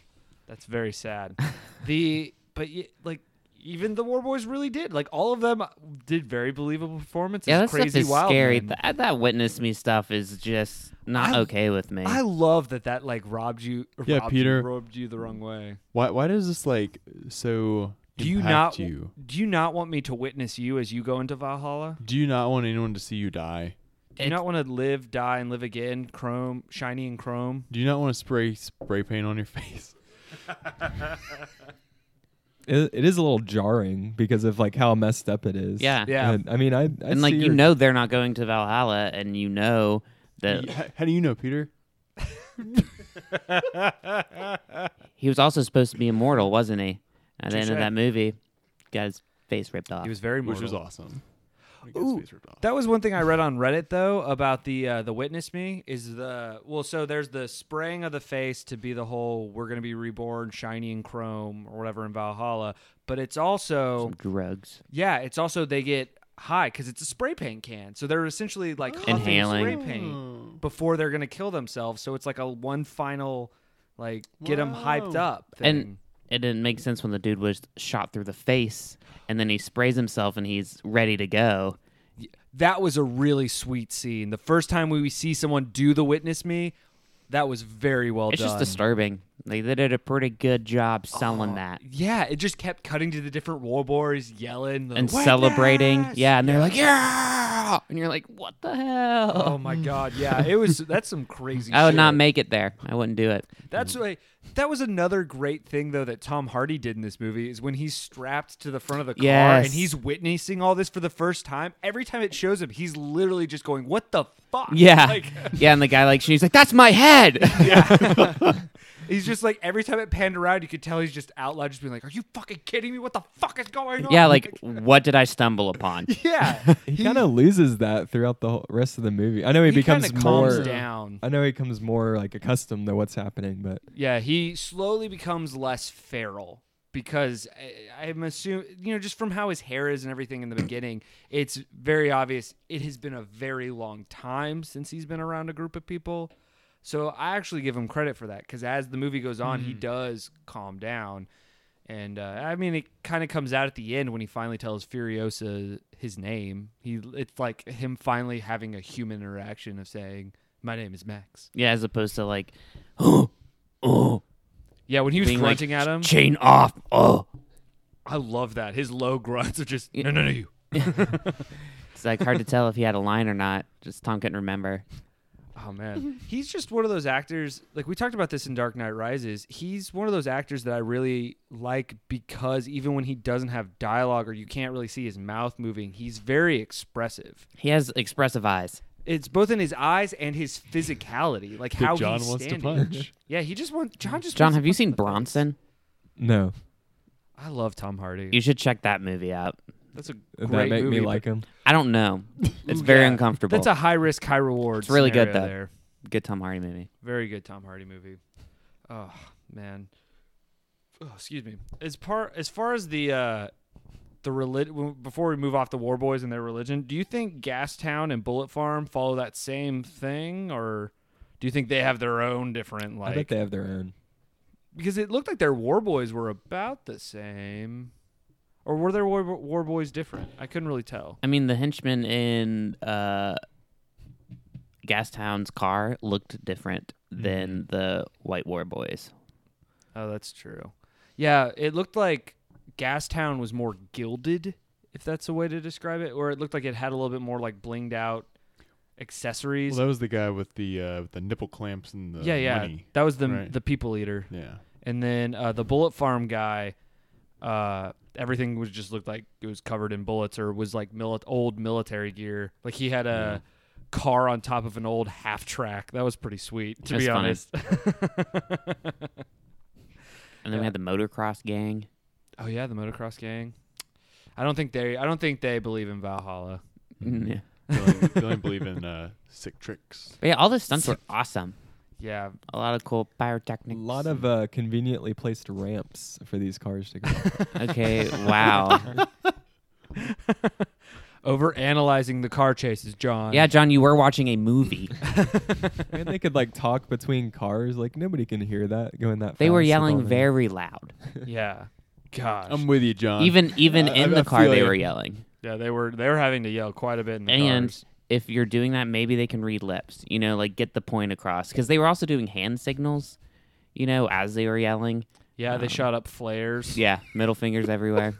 That's very sad. the but y- like even the War Boys really did. Like all of them did very believable performances. Yeah, that crazy stuff is wild scary. men. That, that witness me stuff is just not I- okay with me. I love that that like robbed you Yeah, robbed you- Peter. robbed you the wrong way. Why why does this like so Do you not impact you? do you not want me to witness you as you go into Valhalla? Do you not want anyone to see you die? Do you It's- not want to live, die, and live again? Chrome, shiny and chrome. Do you not want to spray spray paint on your face? It, it is a little jarring because of like how messed up it is. yeah. Yeah. And, I mean, I, I and like see you your- know they're not going to Valhalla, and you know that Y- h- How do you know, Peter? he was also supposed to be immortal, wasn't he? At the end Touche. of that movie, got his face ripped off. He was very Which mortal. was awesome. He got his Ooh, face ripped off. That was one thing I read on Reddit though about the uh, the witness me is the well so there's the spraying of the face to be the whole we're gonna be reborn shiny and chrome or whatever in Valhalla but it's also Some drugs. yeah it's also they get high because it's a spray paint can so they're essentially like huffing Inhaling. spray paint Oh. before they're gonna kill themselves so it's like a one final like get them hyped Wow. up thing. And- It didn't make sense when the dude was shot through the face, and then he sprays himself, and he's ready to go. that was a really sweet scene. The first time we see someone do the witness me, that was very well it's done. just disturbing. Like they did a pretty good job selling that Yeah, it just kept cutting to the different war boys yelling the and witness! celebrating. Yeah, and they're like, yeah, and you're like, what the hell? Oh my god, yeah. It was that's some crazy I would not shit. make it there. I wouldn't do it. That's why that was another great thing though that Tom Hardy did in this movie is when he's strapped to the front of the car Yes. and he's witnessing all this for the first time. Every time it shows him, he's literally just going, "What the fuck?" Yeah, Like, yeah. And the guy like, she's like, that's my head. He's just like every time it panned around, you could tell he's just out loud, just being like, "Are you fucking kidding me? What the fuck is going on?" yeah, like what did I stumble upon? yeah, he kind of loses that throughout the whole rest of the movie. I know he, he becomes kinda more. calms down. I know he becomes more like accustomed to what's happening, but Yeah, he slowly becomes less feral because I, I'm assuming you know just from how his hair is and everything in the beginning, it's very obvious it has been a very long time since he's been around a group of people. So I actually give him credit for that because as the movie goes on, he Mm. does calm down, and uh, I mean it kind of comes out at the end when he finally tells Furiosa his name. He it's like him finally having a human interaction of saying, "My name is Max." Yeah, as opposed to like, oh, oh, Yeah, when he was being like, grunting at him, chain off. Oh, I love that. His low grunts are just Yeah. no, no, no. You. it's like hard to tell if he had a line or not. Just Tom couldn't remember. Oh man, he's just one of those actors. Like we talked about this in Dark Knight Rises. He's one of those actors that I really like because even when he doesn't have dialogue or you can't really see his mouth moving, he's very expressive. He has expressive eyes. It's both in his eyes and his physicality, like That how John he's wants to standing. punch. Yeah, he just wants. John just. John, wants to have you punch seen the face. Bronson? no, I love Tom Hardy. You should check that movie out. That's a Did great that make movie, me but like him. I don't know. It's Ooh, very yeah. uncomfortable. That's a high risk, high reward. It's really good, scenario though. There. good Tom Hardy movie. Very good Tom Hardy movie. Oh man. Oh, excuse me. As par as far as the uh the relig- before we move off the War Boys and their religion, do you think Gastown and Bullet Farm follow that same thing or do you think they have their own different I bet like they have their own. because it looked like their War Boys were about the same or were their war, war boys different? I couldn't really tell. I mean, the henchman in uh, Gastown's car looked different Mm-hmm. than the White War Boys. Oh, that's true. Yeah, it looked like Gastown was more gilded, if that's a way to describe it, or it looked like it had a little bit more like blinged out. accessories. Well, that was the guy with the uh, with the nipple clamps and the yeah, yeah. money. That was the right. the people eater, Yeah. and then uh, the bullet farm guy. Uh, everything was just looked like it was covered in bullets or was like mili- old military gear. Like he had a car on top of an old half track. That was pretty sweet, to That's be funny. honest. And then we Yeah. had the motocross gang. oh yeah, the motocross gang. I don't think they. I don't think they believe in Valhalla. Mm-hmm. Yeah. They only, they only believe in uh, sick tricks. But yeah, all the stunts were awesome. Yeah, A lot of cool A pyrotechnics. lot of uh, conveniently placed ramps for these cars to go. Okay, wow. over analyzing the car chases, John. yeah, John, you were watching a movie. and they could like talk between cars. Like nobody can hear that going that. They were fast with all yelling the- very loud. yeah. Gosh. I'm with you, John. Even even Uh, I- I- in I the car feel they ya. were yelling. yeah, they were they were having to yell quite a bit in the And cars. if you're doing that, maybe they can read lips, you know, like get the point across. Because they were also doing hand signals, you know, as they were yelling. Yeah, they shot up flares. Yeah, middle fingers everywhere.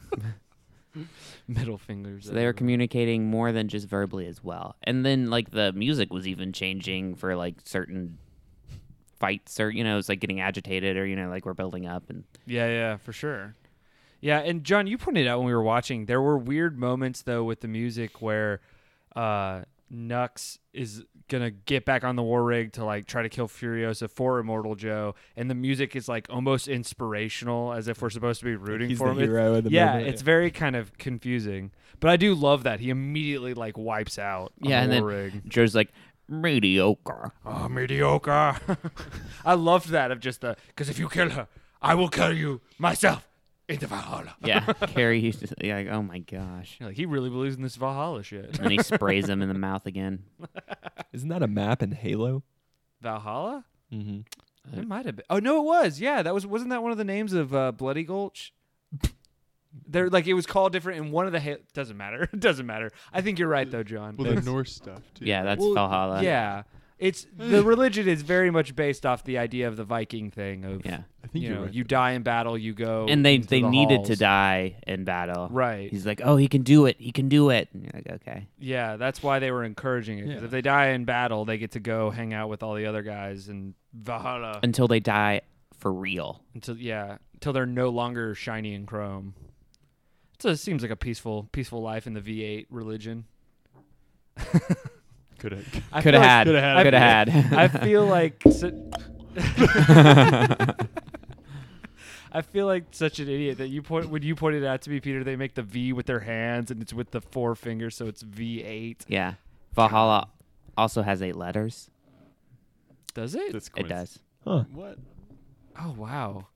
middle fingers. So they were everywhere. communicating more than just verbally as well. And then like the music was even changing for like certain fights or you know, it's like getting agitated or you know, like we're building up and Yeah, yeah, for sure. Yeah, and John, you pointed out when we were watching, there were weird moments though with the music where uh Nux is gonna get back on the war rig to like try to kill Furiosa for Immortal Joe, and the music is like almost inspirational, as if we're supposed to be rooting He's for the him. It's- hero of the yeah, moment. it's very kind of confusing, but I do love that he immediately like wipes out. on Yeah, the and war rig. Joe's like mediocre. Oh, mediocre. I loved that of just the because if you kill her, I will kill you myself into Valhalla. Yeah. Carrie he's just yeah, like, oh my gosh. You're like he really believes in this Valhalla shit. And then he sprays him in the mouth again. Isn't that a map in Halo? Valhalla? Mm-hmm. It might have been. Oh no, it was. Yeah, that was. Wasn't that one of the names of uh, Bloody Gulch? They're like it was called different in one of the. Ha- doesn't matter. It doesn't matter. I think you're right though, John. well, the Norse stuff too. Yeah, that's Well, Valhalla. yeah, it's the religion is very much based off the idea of the Viking thing of Yeah. I think you you're know right. you die in battle, you go And they, into they the needed to halls. die in battle. Right. He's like, Oh, he can do it, he can do it and you're like, Okay. Yeah, that's why they were encouraging it. Because Yeah. if they die in battle, they get to go hang out with all the other guys in Valhalla Until they die for real. until yeah, until they're no longer shiny and chrome. So it seems like a peaceful, peaceful life in the V8 religion. could have. I Could feel like- have had. coulda had. Could have had. I feel like. su- I feel like such an idiot that you point when you pointed out to me, Peter. They make the V with their hands, and it's with the four fingers, so it's V8. Yeah. Valhalla also has eight letters. Does it? That's It does. Huh. What? Oh wow.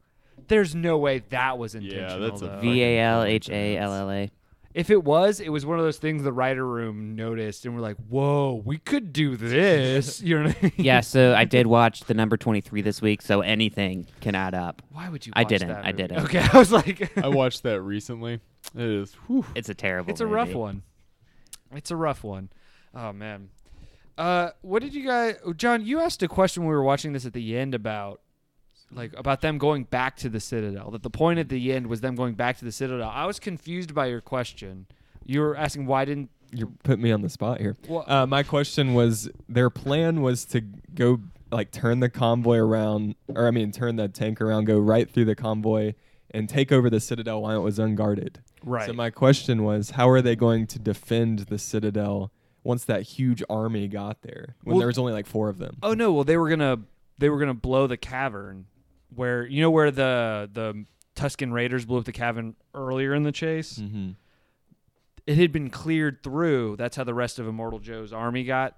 There's no way that was intentional. that's a though. fucking- V A L H A L L A. If it was, it was one of those things the writer room noticed and we're like, "Whoa, we could do this." You know what I mean? Yeah, so I did watch the number 23 this week, so anything can add up. Why would you? I watch didn't, that I movie? didn't. Okay, I was like, I watched that recently. It is. Whew. It's a terrible it's a rough movie. one. It's a rough one. Oh man. Uh, what did you guys, John? You asked a question when we were watching this at the end about, like, about them going back to the Citadel. That the point at the end was them going back to the Citadel. I was confused by your question. You were asking why didn't You're putting me on the spot here. Well- uh, my question was: their plan was to go like turn the convoy around, or I mean, turn the tank around, go right through the convoy, and take over the citadel while it was unguarded. Right. So my question was: how are they going to defend the citadel once that huge army got there? When Well- there was only like four of them. Oh no! Well, they were gonna they were gonna blow the cavern where you know where the the Tuscan Raiders blew up the cavern earlier in the Mm. chase. Mm-hmm. It had been cleared through. That's how the rest of Immortal Joe's army got,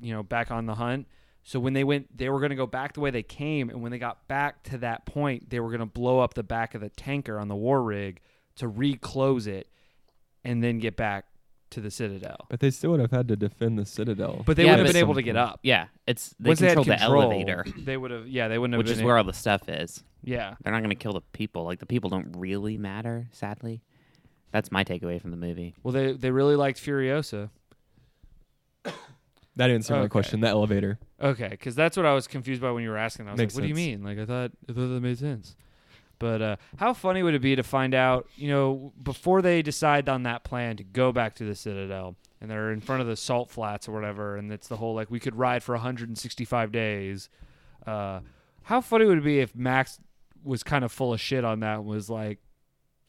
you know, back on the hunt. So when they went, they were gonna go back the way they came, and when they got back to that point, they were gonna blow up the back of the tanker on the war rig to reclose it, and then get back to the Citadel. But they still would have had to defend the citadel. But they Yeah, would have but- been able to get up. Yeah, it's they Once control they had the control, elevator, They would have, yeah, they wouldn't have which is been where all the stuff is. yeah. They're not going to kill the people. Like the people don't really matter, sadly. That's my takeaway from the movie. Well, they they really liked Furiosa. that answered my Okay. question. The elevator. Okay, because that's what I was confused by when you were asking. I was Makes like, "What do you sense. mean?" Like I thought, I thought that made sense. But uh, how funny would it be to find out, you know, before they decide on that plan to go back to the Citadel, and they're in front of the salt flats or whatever, and it's the whole like we could ride for 165 days. Uh, how funny would it be if Max was kind of full of shit on that? And was like,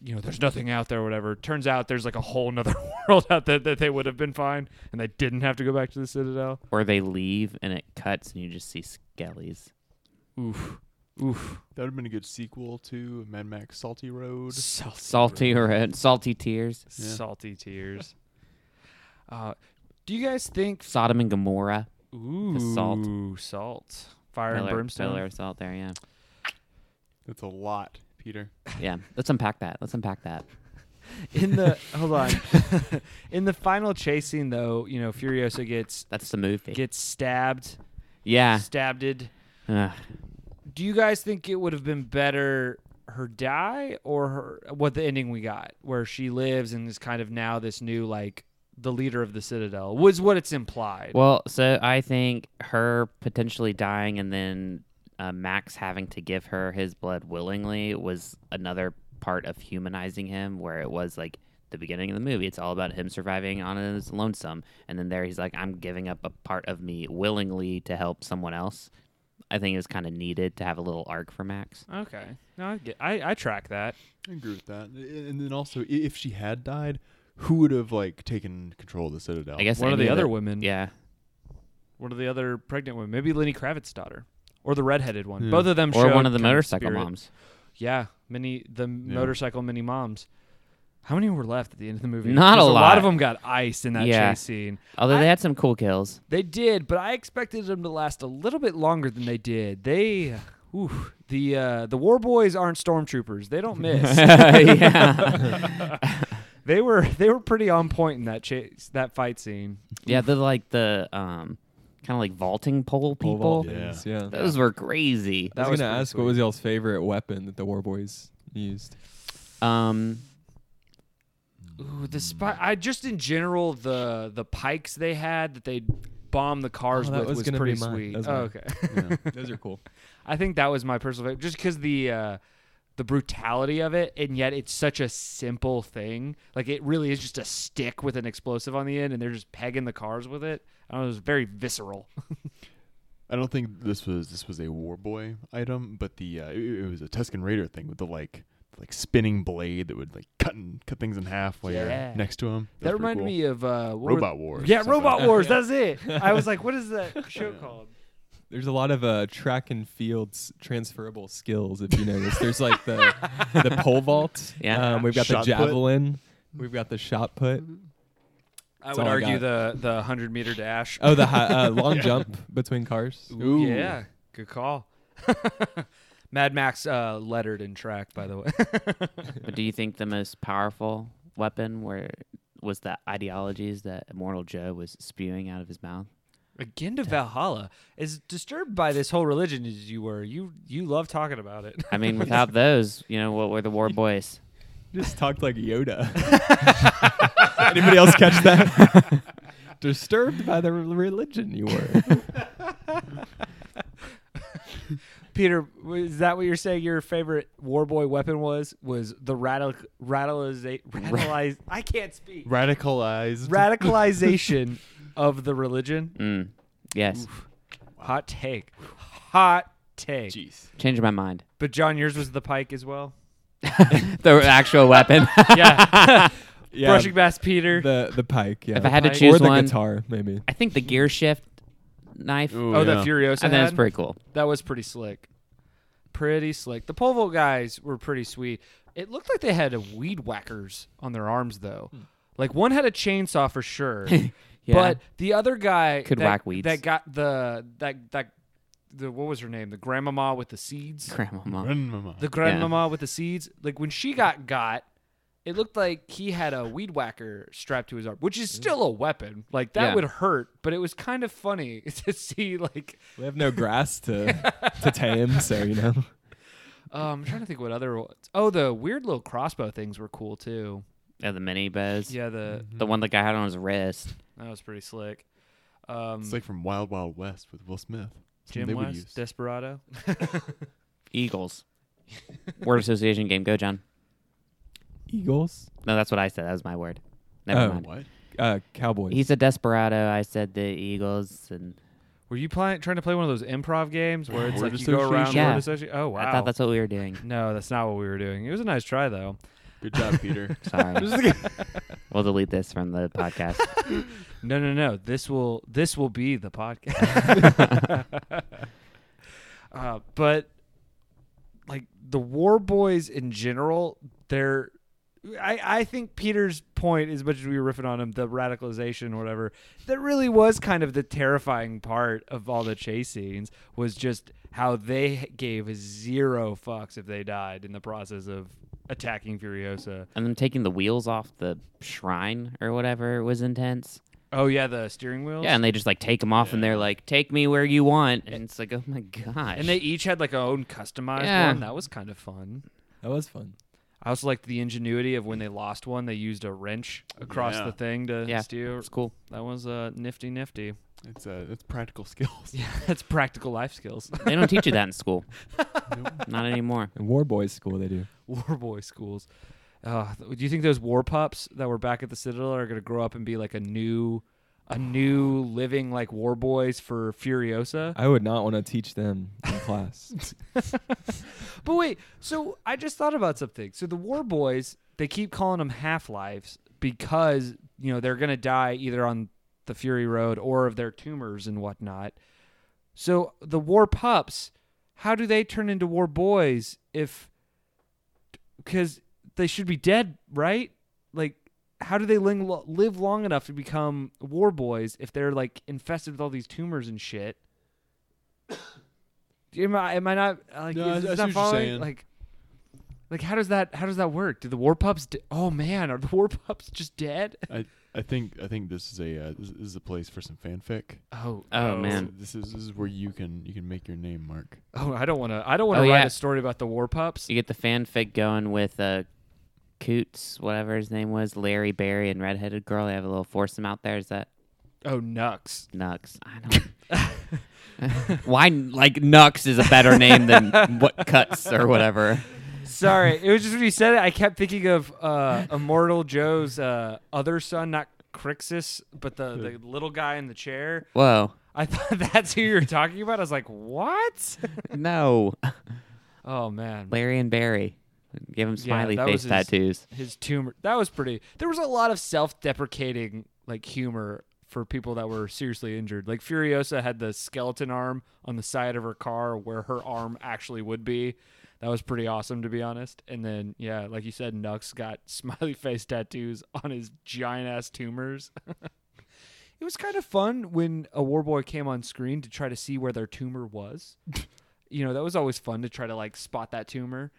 you know, there's nothing out there, or whatever. Turns out there's like a whole nother world out there that they would have been fine, and they didn't have to go back to the Citadel. Or they leave and it cuts and you just see skellies. Oof, oof, That would have been a good sequel to Mad Max Salty Road. salty, Salty or uh, salty tears. Yeah. salty tears. Uh, do you guys think? Sodom and Gomorrah. Ooh, salt. salt, fire and Pillar- brimstone. pillar of salt there, yeah. That's a lot, Peter. Yeah. Let's unpack that. Let's unpack that. In the hold on, in the final chase scene though, you know Furiosa gets That's the movie. gets stabbed, yeah. stabbed. Ugh. Do you guys think it would have been better her die or her what the ending we got, where she lives and is kind of now this new like the leader of the Citadel was what it's implied. Well, so I think her potentially dying and then uh, Max having to give her his blood willingly was another part of humanizing him, where it was like the beginning of the movie. It's all about him surviving on his lonesome. And then there he's like, I'm giving up a part of me willingly to help someone else. I think it was kind of needed to have a little arc for Max. okay, no, I get, I, I track that. I agree with that. A- And then also, i- if she had died, who would have like taken control of the Citadel? I guess one of any the other women, Yeah. one of the other pregnant women, maybe Lenny Kravitz's daughter. Or the redheaded one. Yeah. Both of them Hmm. Or showed one of the kind motorcycle spirit. moms. Yeah, mini the motorcycle mini moms. How many were left at the end of the movie? Not a 'Cause A lot lot. of them got iced in that Yeah. chase scene. Although I- they had some cool kills. They did, but I expected them to last a little bit longer than they did. They, ooh, the uh, the war boys aren't stormtroopers. They don't miss. yeah. they were they were pretty on point in that chase that fight scene. Yeah, they're like the um, kind of like vaulting Pole pole people. Yeah. vault things, yeah. Those were crazy. That I was was, gonna pretty ask sweet. what was y'all's favorite weapon that the War Boys used. Um, Ooh, the spy. I just in general the the pikes they had that they bombed the cars Oh, that with was was, gonna be pretty mine. sweet. That was Oh, mine. okay. Those are cool. I think that was my personal favorite, just because the uh, the brutality of it, and yet it's such a simple thing. Like it really is just a stick with an explosive on the end, and they're just pegging the cars with it. I don't know, it was very visceral. I don't think this was this was a war boy item, but the uh, it, it was a Tuscan Raider thing with the like like spinning blade that would like cut and cut things in half while Yeah. you're next to him. that reminded me of uh, what were- Robot Wars. Yeah, or something. Robot Wars. That's it. I was like, what is that show called? There's a lot of uh, track and fields transferable skills. If you notice, there's like the the pole vault. Yeah. Mm-hmm. Um, we've got Shot the put. javelin. We've got the shot put. I That's would all I argue got. the the hundred meter dash. Oh, the hi- uh, long jump between cars. Ooh. Yeah, good call. Mad Max uh, lettered in track, by the way. but do you think the most powerful weapon were was the ideologies that Immortal Joe was spewing out of his mouth? Again to Valhalla. As disturbed by this whole religion as you were, you you love talking about it. I mean, without those, you know, what were the war boys? Just talked like Yoda. Anybody else catch that? Disturbed by the re- religion you were. Peter, is that what you're saying your favorite war boy weapon was? Was the radical radicaliza- radicalize I can't speak. radicalized. Radicalization of the religion. Mm. Yes, Hot take. Hot take. Jeez. changed my mind. But John, yours was the pike as well. The actual weapon. Yeah. Yeah, Brushing past Peter. the the pike. Yeah. If I had to Pike. choose or the one, guitar, maybe. I think the gear shift knife. Ooh, oh, yeah. that Furiosa. I think that's had? pretty cool. That was pretty slick. Pretty slick. The pole vault guys were pretty sweet. It looked like they had a weed whackers on their arms though. Like one had a chainsaw for sure. Hmm. Yeah. But the other guy Could that, whack weeds. that got the that that the what was her name? The grandmama with the seeds. Grandma. Mom. Grandmama. The grandmama with the seeds. Like when she got got it looked like he had a weed whacker strapped to his arm, which is still a weapon. Like that Mm. Yeah. would hurt, but it was kind of funny to see like We have no grass to to tame, so you know. Um, I'm trying to think what other. ones. Oh, the weird little crossbow things were cool too. Yeah, the mini bows. Yeah, the The one that guy had on his wrist. that was pretty slick. Um, It's like from Wild Wild West with Will Smith. Something Jim they would West, use. Desperado. Eagles. Word association game. Go, John. Eagles. No, that's what I said. That was my word. Never Oh. mind. What? uh, Cowboys. He's a desperado. I said the Eagles, and Were you playing trying to play one of those improv games where it's Word like you go around word association. Yeah. associ- Oh wow. I thought that's what we were doing. no, that's not what we were doing. It was a nice try though. Good job, Peter. Sorry, we'll delete this from the podcast. No, no, no. This will this will be the podcast. uh, but like the War Boys in general, they're I, I think Peter's point, as much as we were riffing on him, the radicalization or whatever, that really was kind of the terrifying part of all the chase scenes was just how they gave zero fucks if they died in the process of attacking Furiosa. and then taking the wheels off the shrine or whatever was intense. Oh yeah, the steering wheels. Yeah, and they just like take them off, and they're like, "Take me where you want," and it's like, "Oh my gosh!" And they each had like a own customized Yeah. one. That was kind of fun. that was fun. I also liked the ingenuity of when they lost one, they used a wrench across Yeah. the thing to Yeah. steer. it's cool. That was uh, nifty, nifty. it's uh, it's practical skills. Yeah, that's practical life skills. They don't teach you that in school, Nope. not anymore. In War Boys School, they do. war boy schools. Uh, do you think those war pups that were back at the Citadel are going to grow up and be like a new, a new living like war boys for Furiosa? I would not want to teach them in class. But wait, so I just thought about something. So the War Boys, they keep calling them half lives because you know they're gonna die either on the Fury Road or of their tumors and whatnot. So the War Pups, how do they turn into War Boys if? Because they should be dead, right? Like, how do they ling- live long enough to become War Boys if they're like infested with all these tumors and shit? Am I, am I not like No, I- is I see this what not you're following? saying. Like, like how does that how does that work? Do the war pups? d oh man, are the war pups just dead? I I think I think this is a uh, this this is a place for some fanfic. Oh Oh, man. This is this is where you can you can make your name, Mark. Oh, I don't want to. I don't want to Oh, write yeah. a story about the war pups. You get the fanfic going with uh, Coots, whatever his name was, Larry Barry, and redheaded girl. They have a little foursome out there. Is that Oh Nux. Nux? I don't. Why like Nux is a better name than what cuts or whatever. Sorry, it was just when you said it. I kept thinking of uh, Immortal Joe's uh, other son, not Crixus, but the, the little guy in the chair. Whoa, I thought that's who you were talking about. I was like, what? no, Oh man, Larry and Barry. Give him Yeah, smiley that was face his- tattoos. his tumor. That was pretty. There was a lot of self-deprecating like humor for people that were seriously injured. Like Furiosa had the skeleton arm on the side of her car where her arm actually would be. That was pretty awesome to be honest. And then yeah, like you said, Nux got smiley face tattoos on his giant ass tumors. it was kind of fun when a war boy came on screen to try to see where their tumor was. you know, that was always fun to try to like spot that tumor.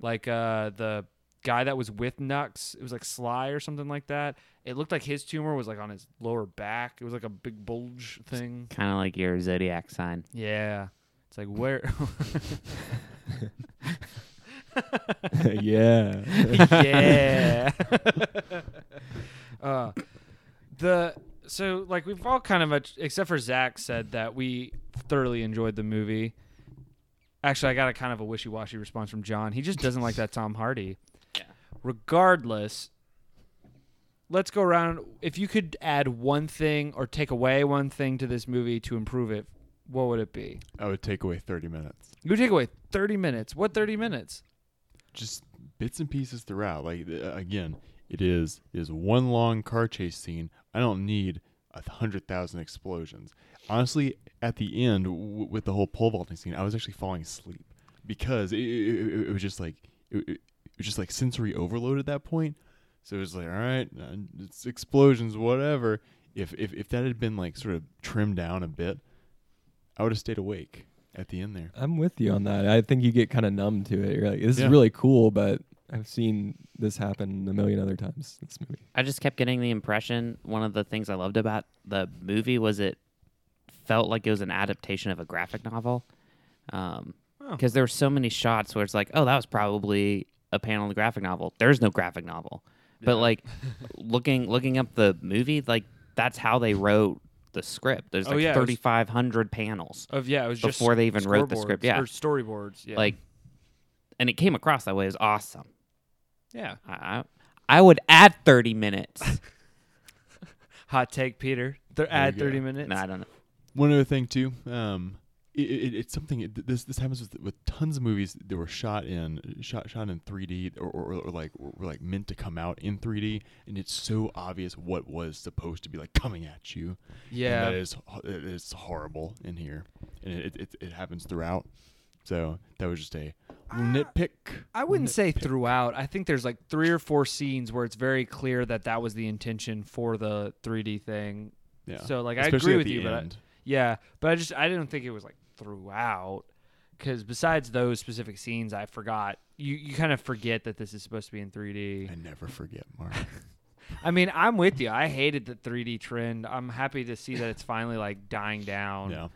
Like uh the guy that was with Nux, it was like Sly or something like that. It looked like his tumor was like on his lower back. It was like a big bulge thing. Kind of like your zodiac sign. Yeah. It's like where yeah. yeah. uh, the so like we've all kind of much except for Zach said that we thoroughly enjoyed the movie. Actually, I got a kind of a wishy-washy response from John. He just doesn't like that Tom Hardy. Regardless, let's go around. If you could add one thing or take away one thing to this movie to improve it, what would it be? I would take away thirty minutes. You would take away thirty minutes. What thirty minutes? Just bits and pieces throughout. Like uh, again, it is it is one long car chase scene. I don't need a hundred thousand explosions. Honestly, at the end w- with the whole pole vaulting scene, I was actually falling asleep because it, it, it- it was just like it, it it was just like sensory overload at that point. So it was like, all right, uh, it's explosions, whatever. If if if that had been like sort of trimmed down a bit, I would have stayed awake at the end there. I'm with you on that. I think you get kind of numb to it. You're like, this Yeah. is really cool, but I've seen this happen a million other times. This movie. I just kept getting the impression one of the things I loved about the movie was it felt like it was an adaptation of a graphic novel. Because Oh. there were so many shots where it's like, oh, that was probably a panel in the graphic novel. There's no graphic novel, but like looking looking up the movie, like that's how they wrote the script. There's Oh, like yeah, it was- 3,500 panels. Of yeah, it was just Before they even wrote the script, scoreboards, yeah. or storyboards, yeah, Like, and it came across that way. It was awesome. yeah. I, I I would add 30 minutes. Hot take, Peter. Th- There add you go. thirty minutes. No, I don't know. One other thing too, um, it, it, it's something. It, this this happens with, with tons of movies that were shot in shot shot in 3D or, or, or like were like meant to come out in 3D, and it's so obvious what was supposed to be like coming at you. yeah. and that is ho- it is horrible in here, and it, it it happens throughout. So that was just a little nitpick. Ah, I wouldn't say throughout. I think there's like three or four scenes where it's very clear that that was the intention for the 3D thing. Yeah. So like I agree Especially at with the you, but I- end. yeah, but I just I didn't think it was like throughout because besides those specific scenes, I forgot. You you kind of forget that this is supposed to be in 3D. I never forget Mark. I mean, I'm with you. I hated the 3D trend. I'm happy to see that it's finally like dying down. yeah.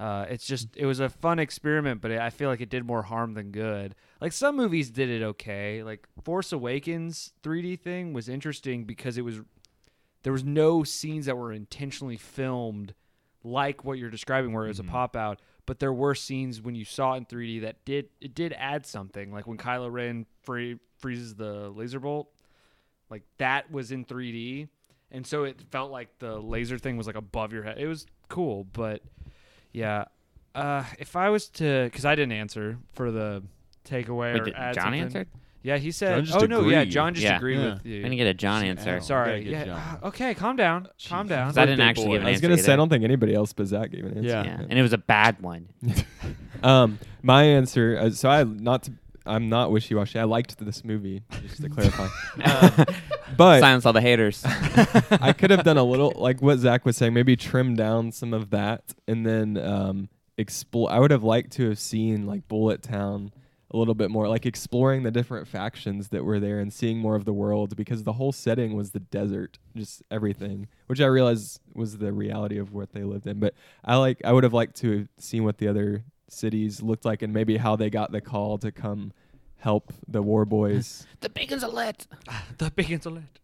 Uh, it's just it was a fun experiment, but it, I feel like it did more harm than good. Like some movies did it okay. Like Force Awakens 3D thing was interesting because it was there was no scenes that were intentionally filmed like what you're describing where it was Mm-hmm. a pop out, but there were scenes when you saw it in 3D that did it did add something. Like when Kylo Ren free, freezes the laser bolt, like that was in 3D, and so it felt like the laser thing was like above your head. It was cool, but yeah. Uh, if I was to, because I didn't answer for the takeaway Wait, or did add John something. answered? Yeah, he said. John just Oh no, yeah, agreed. John just Yeah. agreed Yeah. with I you. didn't get a John Ow. answer. Sorry. Gotta get Yeah. John. ah, Okay, calm down. Calm down. 'Cause I didn't Birthday actually boy. give an answer. I I was was gonna say I either. don't think anybody else besides gave an answer. Yeah. Yeah, and it was a bad one. Um, my answer. Uh, so I not. To, I'm not wishy-washy. I liked this movie, just to clarify. Um, but Silence all the haters. I could have done a little, like what Zach was saying, maybe trim down some of that, and then um, explore. I would have liked to have seen like Bullet Town a little bit more, like exploring the different factions that were there and seeing more of the world, because the whole setting was the desert, just everything, which I realized was the reality of what they lived in. But I like, I would have liked to have seen what the other cities looked like and maybe how they got the call to come help the war boys. the bacon's a lit. The big intellect.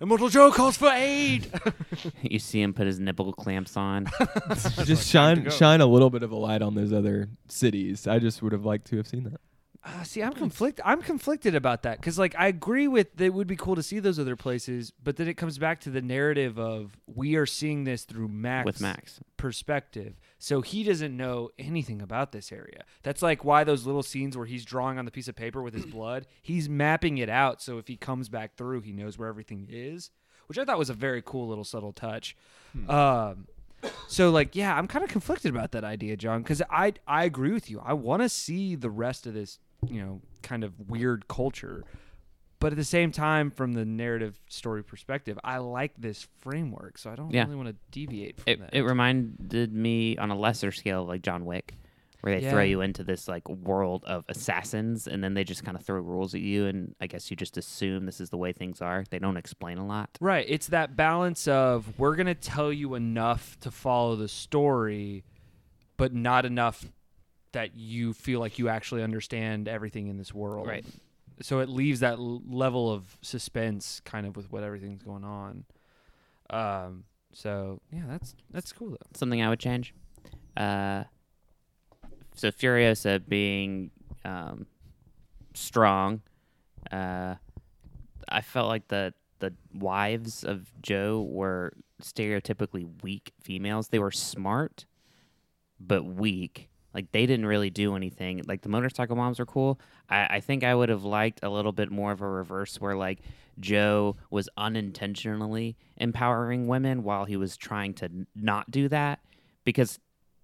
Immortal Joe calls for aid. You see him put his nipple clamps on. just time to shine go. shine a little bit of a light on those other cities. I just would have liked to have seen that. Uh, see, I'm conflict. I'm conflicted about that because, like, I agree with that. It would be cool to see those other places, but then it comes back to the narrative of we are seeing this through Max With Max. perspective, so he doesn't know anything about this area. That's like why those little scenes where he's drawing on the piece of paper with his blood, he's mapping it out. So if he comes back through, he knows where everything is, which I thought was a very cool little subtle touch. Hmm. Um, so like yeah i'm kind of conflicted about that idea john because i i agree with you i want to see the rest of this you know kind of weird culture but at the same time from the narrative story perspective i like this framework so i don't Yeah. really want to deviate from It, that it reminded me on a lesser scale, like John Wick, where they throw Yeah. you into this like world of assassins, and then they just kind of throw rules at you, and I guess you just assume this is the way things are. They don't explain a lot. right it's that balance of we're going to tell you enough to follow the story but not enough that you feel like you actually understand everything in this world Right. so it leaves that l- level of suspense kind of with what everything's going on. Um, so yeah, that's that's cool though. Something I would change. Uh, so Furiosa being um, strong, uh, I felt like the the wives of Joe were stereotypically weak females. They were smart, but weak. Like they didn't really do anything. Like the motorcycle moms were cool. I, I think I would have liked a little bit more of a reverse where like Joe was unintentionally empowering women while he was trying to n- not do that because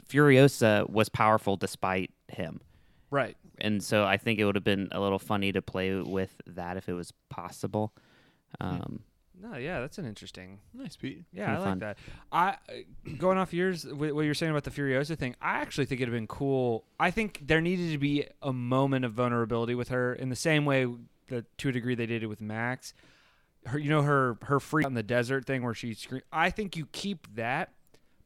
Furiosa was powerful despite him. Right. And so I think it would have been a little funny to play with that if it was possible. Um, No, yeah, that's an interesting. Nice, Pete. Yeah, I Kinda like fun. that. I uh, going off yours, wh- what you're saying about the Furiosa thing. I actually think it'd have been cool. I think there needed to be a moment of vulnerability with her in the same way that to a degree they did it with Max. Her, you know, her her freak out in the desert thing where she scream. I think you keep that,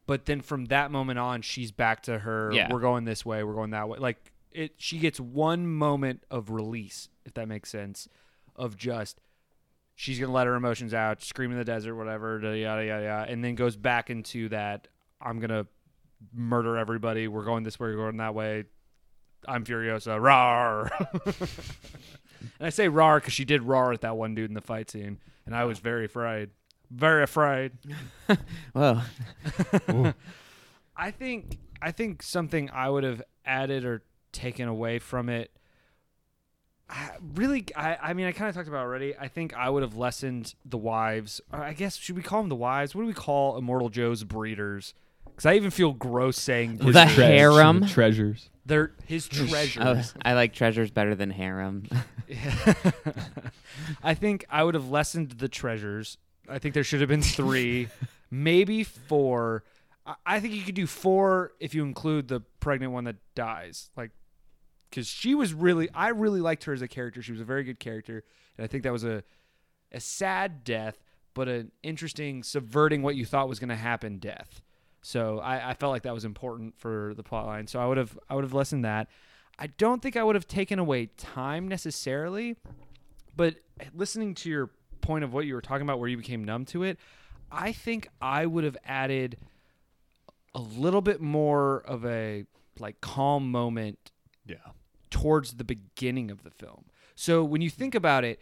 but then from that moment on, she's back to her. Yeah. We're going this way. We're going that way. Like it, she gets one moment of release, if that makes sense, of just she's gonna let her emotions out, scream in the desert, whatever, da- yada yada yada, and then goes back into that I'm gonna murder everybody. We're going this way. We're going that way. I'm Furiosa. Rar. and I say rar because she did rar at that one dude in the fight scene, and I was very afraid. Very afraid. Whoa. I think I think something I would have added or taken away from it. I really, I, I mean, I kind of talked about it already. I think I would have lessened the wives. Or I guess should we call them the wives? What do we call Immortal Joe's breeders? Because I even feel gross saying The breeders. hair- harem. treasures. They're his Oh, treasures. I like treasures better than harem. I think I would have lessened the treasures. I think there should have been three, maybe four. I- I think you could do four if you include the pregnant one that dies. Like, because she was really, I really liked her as a character. She was a very good character. And I think that was a, a sad death, but an interesting subverting what you thought was going to happen death. So I, I felt like that was important for the plot line. So I would have I would have lessened that. I don't think I would have taken away time necessarily, but listening to your point of what you were talking about where you became numb to it, I think I would have added a little bit more of a like calm moment Yeah. towards the beginning of the film. So when you think about it,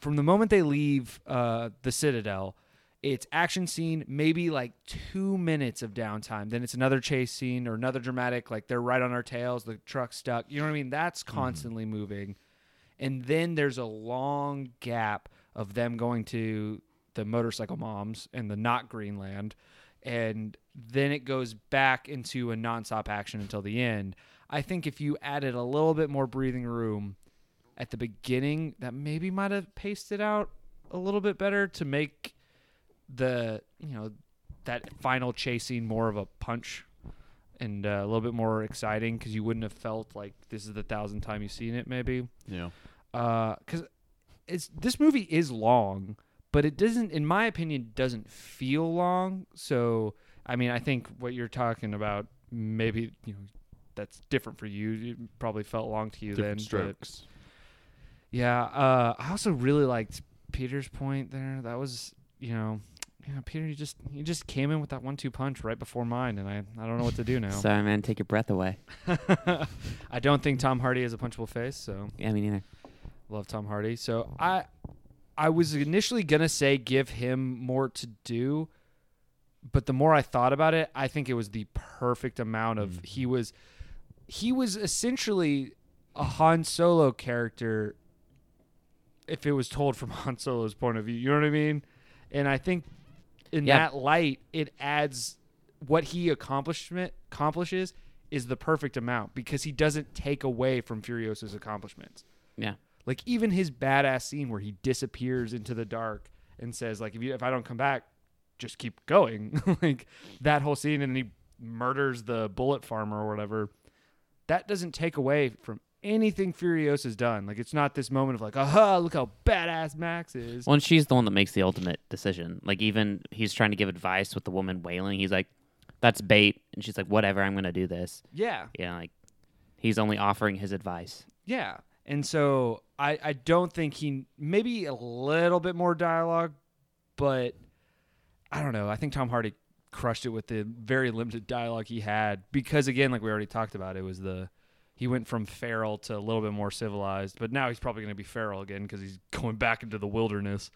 from the moment they leave uh, the Citadel, it's action scene, maybe like two minutes of downtime. Then it's another chase scene or another dramatic, like they're right on our tails, the truck's stuck. You know what I mean? That's constantly moving. And then there's a long gap of them going to the motorcycle moms and the not Greenland. And then it goes back into a nonstop action until the end. I think if you added a little bit more breathing room at the beginning, that maybe might have paced it out a little bit better to make the, you know, that final chasing more of a punch and uh, a little bit more exciting because you wouldn't have felt like this is the thousandth time you've seen it, maybe Yeah. because it's this movie is long, but it doesn't, in my opinion, doesn't feel long. So I mean, I think what you're talking about, maybe you know, that's different for you. It probably felt long to you Different then. but- strokes. yeah, uh, I also really liked Peter's point there. That was, you know, yeah, Peter, you just you just came in with that one-two punch right before mine, and I I don't know what to do now. Sorry, man. Take your breath away. I don't think Tom Hardy has a punchable face, so. Yeah, me neither. Love Tom Hardy. So I I was initially gonna say give him more to do, but the more I thought about it, I think it was the perfect amount of he was he was essentially a Han Solo character if it was told from Han Solo's point of view. You know what I mean? And I think in Yeah. that light, it adds what he accomplishment accomplishes is the perfect amount because he doesn't take away from Furiosa's accomplishments. Yeah. Like even his badass scene where he disappears into the dark and says like if you if I don't come back, just keep going. like that whole scene and he murders the bullet farmer or whatever. That doesn't take away from anything Furiosa's done. Like it's not this moment of like, "Aha, look how badass Max is." Well, and she's the one that makes the ultimate decision. Like, even he's trying to give advice with the woman wailing. He's like, that's bait. And she's like, whatever, I'm going to do this. yeah. Yeah, like, he's only offering his advice. Yeah. And so I, I don't think he maybe a little bit more dialogue, but I don't know. I think Tom Hardy crushed it with the very limited dialogue he had because again, like we already talked about, it was the he went from feral to a little bit more civilized, but now he's probably going to be feral again because he's going back into the wilderness.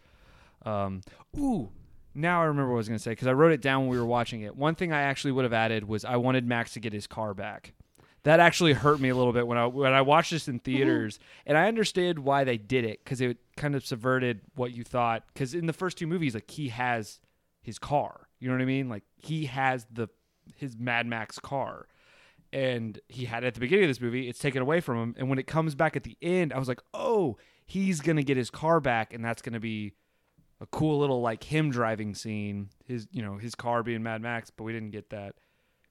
Um, ooh, now I remember what I was going to say because I wrote it down when we were watching it. One thing I actually would have added was I wanted Max to get his car back. That actually hurt me a little bit when I when I watched this in theaters, and I understood why they did it because it kind of subverted what you thought. Because in the first two movies, like he has his car, you know what I mean? Like he has the his Mad Max car, and he had it at the beginning of this movie. It's taken away from him, and when it comes back at the end, I was like, oh, he's gonna get his car back, and that's gonna be a cool little like him driving scene. His you know his car being Mad Max, but we didn't get that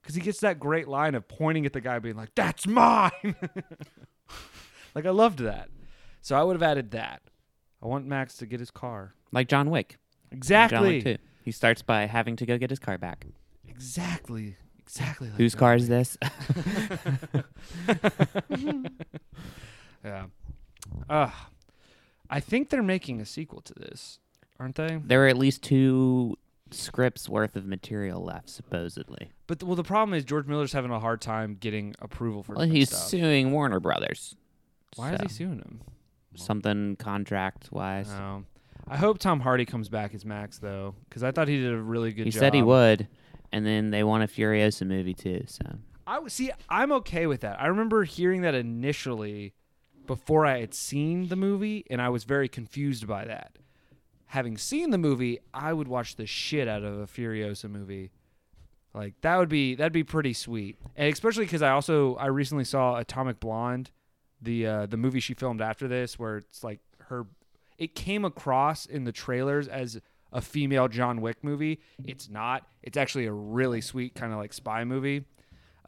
because he gets that great line of pointing at the guy, being like, "That's mine." like I loved that, so I would have added that. I want Max to get his car. Like John Wick. John Exactly. Wick, too. He starts by having to go get his car back. Exactly. Exactly. Like Whose that. car is this? yeah. Uh, I think they're making a sequel to this, aren't they? there were at least two scripts worth of material left, supposedly. But well, the problem is George Miller's having a hard time getting approval for. Well, different he's stuff. suing Warner Brothers. Why is he So, suing him? Something contract wise. Um, I hope Tom Hardy comes back as Max though, because I thought he did a really good he job. said he would, and then they want a Furiosa movie too. So I w- see. I'm okay with that. I remember hearing that initially, before I had seen the movie, and I was very confused by that. Having seen the movie, I would watch the shit out of a Furiosa movie. Like that would be that'd be pretty sweet, and especially because I also I recently saw Atomic Blonde, the uh, the movie she filmed after this, where it's like her. It came across in the trailers as a female John Wick movie. It's not. It's actually a really sweet kind of like spy movie.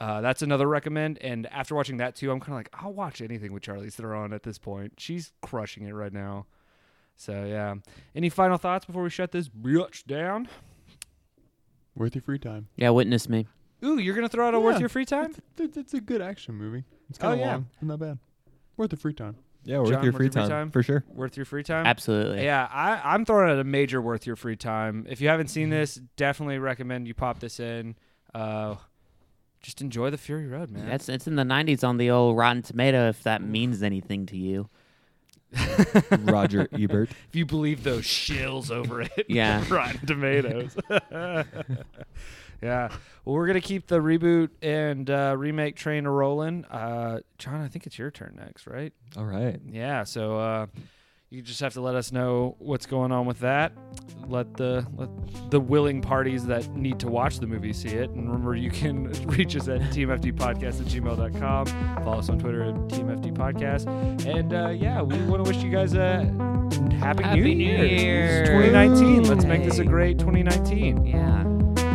Uh, that's another recommend. And after watching that too, I'm kind of like, I'll watch anything with Charlize Theron at this point. She's crushing it right now. So yeah. Any final thoughts before we shut this bitch down? Worth your free time. yeah, witness me. Ooh, you're gonna throw out a worth Yeah. your free time? It's, it's, it's a good action movie. It's Oh, kind of yeah. long, but not bad. Worth the free time. Yeah, worth John, your worth free your free time, time? for sure. Worth your free time? Absolutely. Yeah, I, I'm throwing out a major worth your free time. If you haven't seen this, definitely recommend you pop this in. Uh, just enjoy the Fury Road, man. That's it's in the 90s on the old Rotten Tomato if that means anything to you. Roger Ebert. if you believe those shills over it. Yeah. Rotten Tomatoes. yeah. Well, we're gonna keep the reboot and uh, remake train a rolling. Uh, John, I think it's your turn next, right? All right. Yeah. So uh, you just have to let us know what's going on with that. Let the let the willing parties that need to watch the movie see it. And remember, you can reach us at teamfdpodcast at gmail.com. Follow us on Twitter at teamfdpodcast. And uh, yeah, we want to wish you guys a happy, Happy New Year. It's 2019. Let's make this a Hey. great 2019. Yeah.